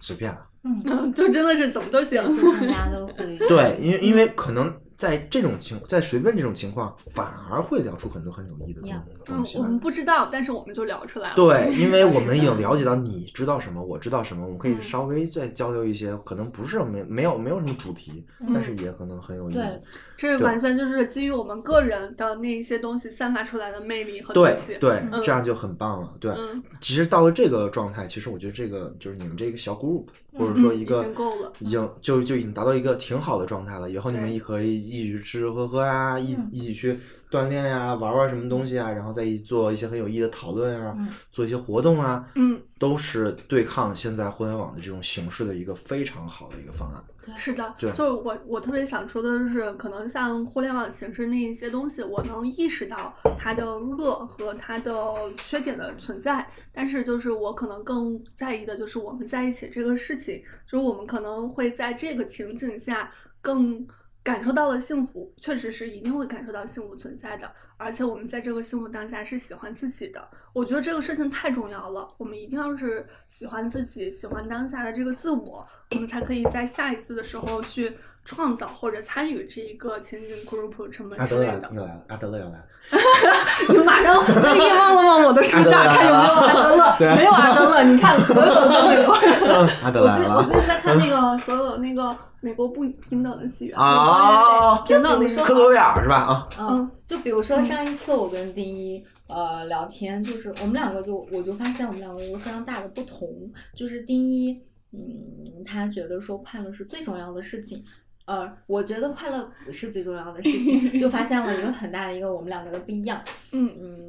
Speaker 2: 随便了。
Speaker 1: 嗯，
Speaker 3: 嗯， <laughs> 就真的是怎么都行
Speaker 1: 对，。就是大家都会
Speaker 2: <laughs> 对，因为因为可能在这种情，在随便这种情况，反而会聊出很多很有意义的东
Speaker 1: Yeah
Speaker 2: 东
Speaker 3: 嗯，
Speaker 2: 西
Speaker 3: 我
Speaker 2: 来。
Speaker 3: 们不知道，但是我们就聊出来了。 <laughs>
Speaker 2: 对，因为我们
Speaker 1: 是
Speaker 2: 有
Speaker 1: 的
Speaker 2: 了解到你知道什么，我知道什么，我们可以
Speaker 3: 嗯
Speaker 2: 稍微再交流一些，可能不是没没有没有什么主题，但是
Speaker 3: 嗯
Speaker 2: 也可能很有意义。
Speaker 1: 对
Speaker 3: 这
Speaker 2: 对
Speaker 3: 完全就是基于我们个人的那一些东西散发出来的魅力和东
Speaker 2: 对
Speaker 3: 西。
Speaker 2: 对，
Speaker 1: 嗯
Speaker 2: 这样就很棒了。对，
Speaker 3: 嗯，
Speaker 2: 其实到了这个状态，其实我觉得这个就是你们这个小 group，或者说
Speaker 3: 嗯
Speaker 2: 一
Speaker 3: 已
Speaker 2: 个
Speaker 3: 经够了嗯
Speaker 2: 已经就就已经达到一个挺好的状态了。以后你们
Speaker 1: 对
Speaker 2: 也可以一起去吃吃喝喝啊，一
Speaker 1: 嗯
Speaker 2: 一起去锻炼啊，玩玩什么东西啊，然后再一起做一些很有意义的讨论啊，
Speaker 1: 嗯
Speaker 2: 做一些活动啊，
Speaker 3: 嗯，
Speaker 2: 都是对抗现在互联网的这种形式的一个非常好的一个方案。
Speaker 3: 是的，
Speaker 2: 对
Speaker 3: 就是我我特别想说的就是，可能像互联网形式那一些东西，我能意识到它的恶和它的缺点的存在，但是就是我可能更在意的就是我们在一起这个事情，就是我们可能会在这个情景下更感受到了幸福，确实是一定会感受到幸福存在的，而且我们在这个幸福当下是喜欢自己的。我觉得这个事情太重要了，我们一定要是喜欢自己，喜欢当下的这个自我，我们才可以在下一次的时候去创造或者参与这一个情景 group 什么
Speaker 2: 阿
Speaker 3: 之
Speaker 2: 德啊
Speaker 3: 类
Speaker 2: 勒
Speaker 3: 的。
Speaker 2: 又来了，阿德勒又来了。 <laughs>
Speaker 3: 你马上被遗忘了吗？我的书打
Speaker 2: 啊
Speaker 3: 开有没有阿德
Speaker 2: 对
Speaker 3: 勒？没有阿德勒，你看所有的都没有。
Speaker 2: 嗯阿德 <laughs>
Speaker 3: 我
Speaker 2: 来
Speaker 3: 最
Speaker 2: 了
Speaker 3: 我最近在看那个所有那个美国不平等的起源
Speaker 2: 啊！
Speaker 3: 平等的
Speaker 2: 科罗维尔是吧？啊，
Speaker 1: 嗯，就比如说上一次我跟第一呃聊天，就是我们两个就我就发现我们两个有非常大的不同，就是第一，嗯，他觉得说快乐是最重要的事情。呃，我觉得快乐不是最重要的事
Speaker 2: <laughs>
Speaker 1: 情，就发现了一个很大的一个我们两个的不一样。
Speaker 3: 嗯，
Speaker 1: 嗯，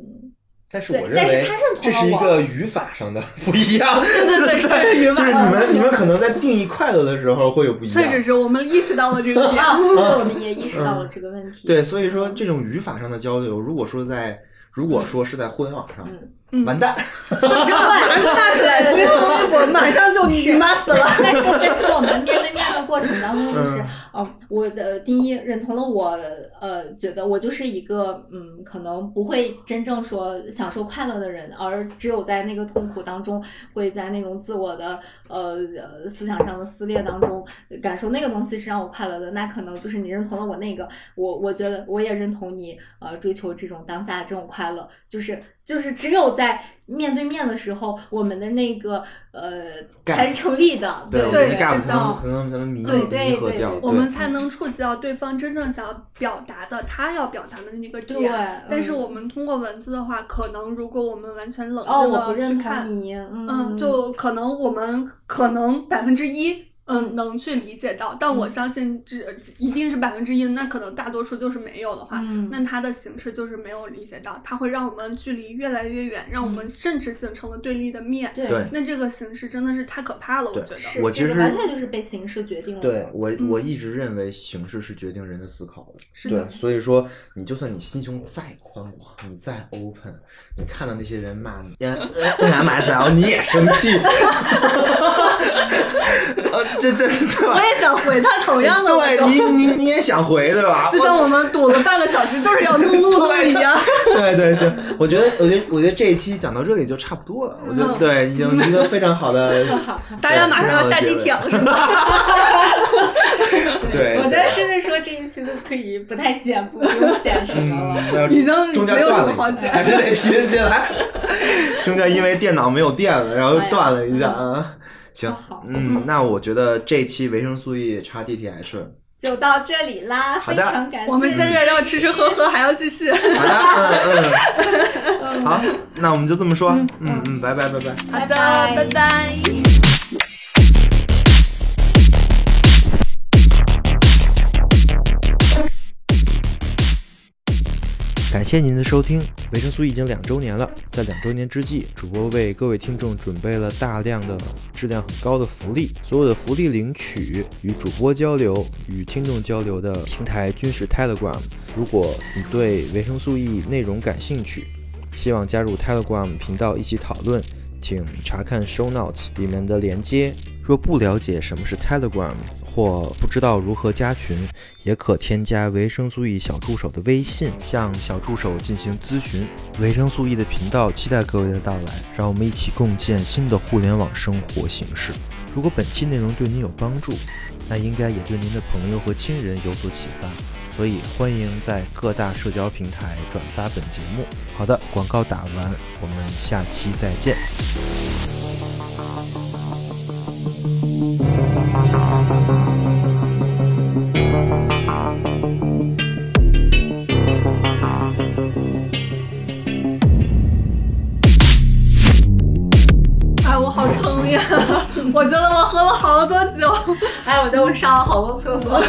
Speaker 2: 但是
Speaker 1: 对
Speaker 2: 我认
Speaker 1: 但是
Speaker 2: 为
Speaker 1: 他认同
Speaker 2: 这是
Speaker 1: 了
Speaker 2: 一
Speaker 1: 我
Speaker 2: 个语法上的不一样，
Speaker 3: 对对对，对，
Speaker 2: <laughs> 就
Speaker 3: 明
Speaker 2: 是
Speaker 3: 白了
Speaker 2: 你们你们可能在定义快乐的时候会有不一
Speaker 3: 确实
Speaker 2: 样。
Speaker 3: 是我们意识到了这个点。
Speaker 1: 哦我们也意识到了这个问题。
Speaker 2: 对，所以说这种语法上的交流，如果说在如果说是在互联网上，
Speaker 1: 嗯
Speaker 3: 嗯
Speaker 2: 完蛋，
Speaker 3: 真的马上就骂起来，新浪微博马上就你
Speaker 1: 是
Speaker 3: 骂死了。
Speaker 1: 但是但是我们面对面的过程当中，就是
Speaker 2: 嗯
Speaker 1: 哦，我的第一认同了我，呃，觉得我就是一个，嗯，可能不会真正说享受快乐的人，而只有在那个痛苦当中，会在那种自我的呃呃思想上的撕裂当中，感受那个东西是让我快乐的。那可能就是你认同了我那个，我我觉得我也认同你，呃，追求这种当下这种快乐，就是就是只有在面对面的时候，我们的那个呃
Speaker 2: 感
Speaker 1: 才是成立的，
Speaker 2: 对，
Speaker 1: 对
Speaker 2: 我们的
Speaker 1: 对
Speaker 2: gap
Speaker 1: 是
Speaker 2: 才
Speaker 1: 的
Speaker 2: 能才能才能弥
Speaker 1: 对对
Speaker 2: 弥合
Speaker 1: 对
Speaker 2: 掉。
Speaker 1: 对
Speaker 3: <laughs> 我们才能触及到对方真正想要表达的，他要表达的那个
Speaker 1: 对
Speaker 3: 点。，但是
Speaker 1: 嗯
Speaker 3: 我们通过文字的话，可能如果我们完全冷
Speaker 1: 哦，
Speaker 3: 静
Speaker 1: 我不
Speaker 3: 的
Speaker 1: 认
Speaker 3: 去看，
Speaker 1: 同你，嗯，
Speaker 3: 嗯，就可能我们可能百分之一，嗯，能去理解到，但我
Speaker 1: 嗯
Speaker 3: 相信只一定是百分之一，那可能大多数就是没有的话，
Speaker 1: 嗯，
Speaker 3: 那它的形式就是没有理解到，它会让我们距离越来越远，让我
Speaker 2: 嗯
Speaker 3: 们甚至形成了对立的面。
Speaker 1: 对
Speaker 2: 对
Speaker 3: 那这个形式真的是太可怕了，我
Speaker 2: 对
Speaker 3: 觉得。
Speaker 1: 是
Speaker 2: 我
Speaker 1: 这
Speaker 2: 其
Speaker 1: 个
Speaker 2: 实
Speaker 1: 完全就是被形式决定了，
Speaker 2: 对我
Speaker 3: 嗯
Speaker 2: 我一直认为形式是决定人的思考的，
Speaker 3: 是的
Speaker 2: 对，所以说你就算你心胸再宽广，你再 open，你看到那些人骂你呃 NMSL，你也生气， <laughs> 呃，这这对吧
Speaker 3: 我？也想回他同样的，我
Speaker 2: <laughs> 对
Speaker 3: 就
Speaker 2: 你你你也想回对吧？
Speaker 3: 就像我们堵了半个小时就是要录录的一样。
Speaker 2: 对对行，我觉得我觉得我觉得这一期讲到这里就差不多了，我觉得
Speaker 3: 嗯
Speaker 2: 对已经一个非常好
Speaker 3: <laughs>
Speaker 2: 的
Speaker 3: 大家马上要下地铁了，是吧？
Speaker 2: 对
Speaker 1: 我觉
Speaker 2: 对
Speaker 1: 得甚至说这一期都可以不太剪， <laughs> 不用剪什么了。
Speaker 2: 嗯那
Speaker 3: 已经
Speaker 2: <laughs> 中间
Speaker 3: 没有
Speaker 2: 断
Speaker 3: 什
Speaker 2: 了
Speaker 3: 么好
Speaker 2: 一
Speaker 3: 解
Speaker 2: 下， <laughs> 还是得拼起来。 <laughs> 中间因为电脑没有电了，然后
Speaker 1: 哎呀
Speaker 2: 断了一下啊。行
Speaker 1: 好， <laughs>
Speaker 2: 嗯，那我觉得这期维生素 E 插 DTH，
Speaker 1: 就到这里啦，
Speaker 2: 好
Speaker 1: 非
Speaker 2: 的
Speaker 1: 常感谢。
Speaker 3: 我们接着要吃吃喝喝，还要继续。
Speaker 2: 好的，嗯
Speaker 1: <laughs>
Speaker 2: 嗯，好，那我们就这么说，嗯嗯，拜拜拜拜。
Speaker 3: 好的，
Speaker 1: 拜拜
Speaker 3: 拜拜。
Speaker 2: 感谢您的收听，维生素已经两周年了，在两周年之际，主播为各位听众准备了大量的质量很高的福利，所有的福利领取与主播交流、与听众交流的平台均是 Telegram。如果你对维生素 E 内容感兴趣，希望加入 Telegram 频道一起讨论，请查看 Show Notes 里面的连接。若不了解什么是 Telegram 或不知道如何加群，也可添加维生素 E 小助手的微信，向小助手进行咨询。维生素 E 的频道期待各位的到来，让我们一起共建新的互联网生活形式。如果本期内容对您有帮助，那应该也对您的朋友和亲人有所启发，所以欢迎在各大社交平台转发本节目。好的，广告打完，我们下期再见。
Speaker 3: 哎，我好撑呀！我觉得我喝了好多酒。
Speaker 1: 哎，我觉得我上了好多厕所。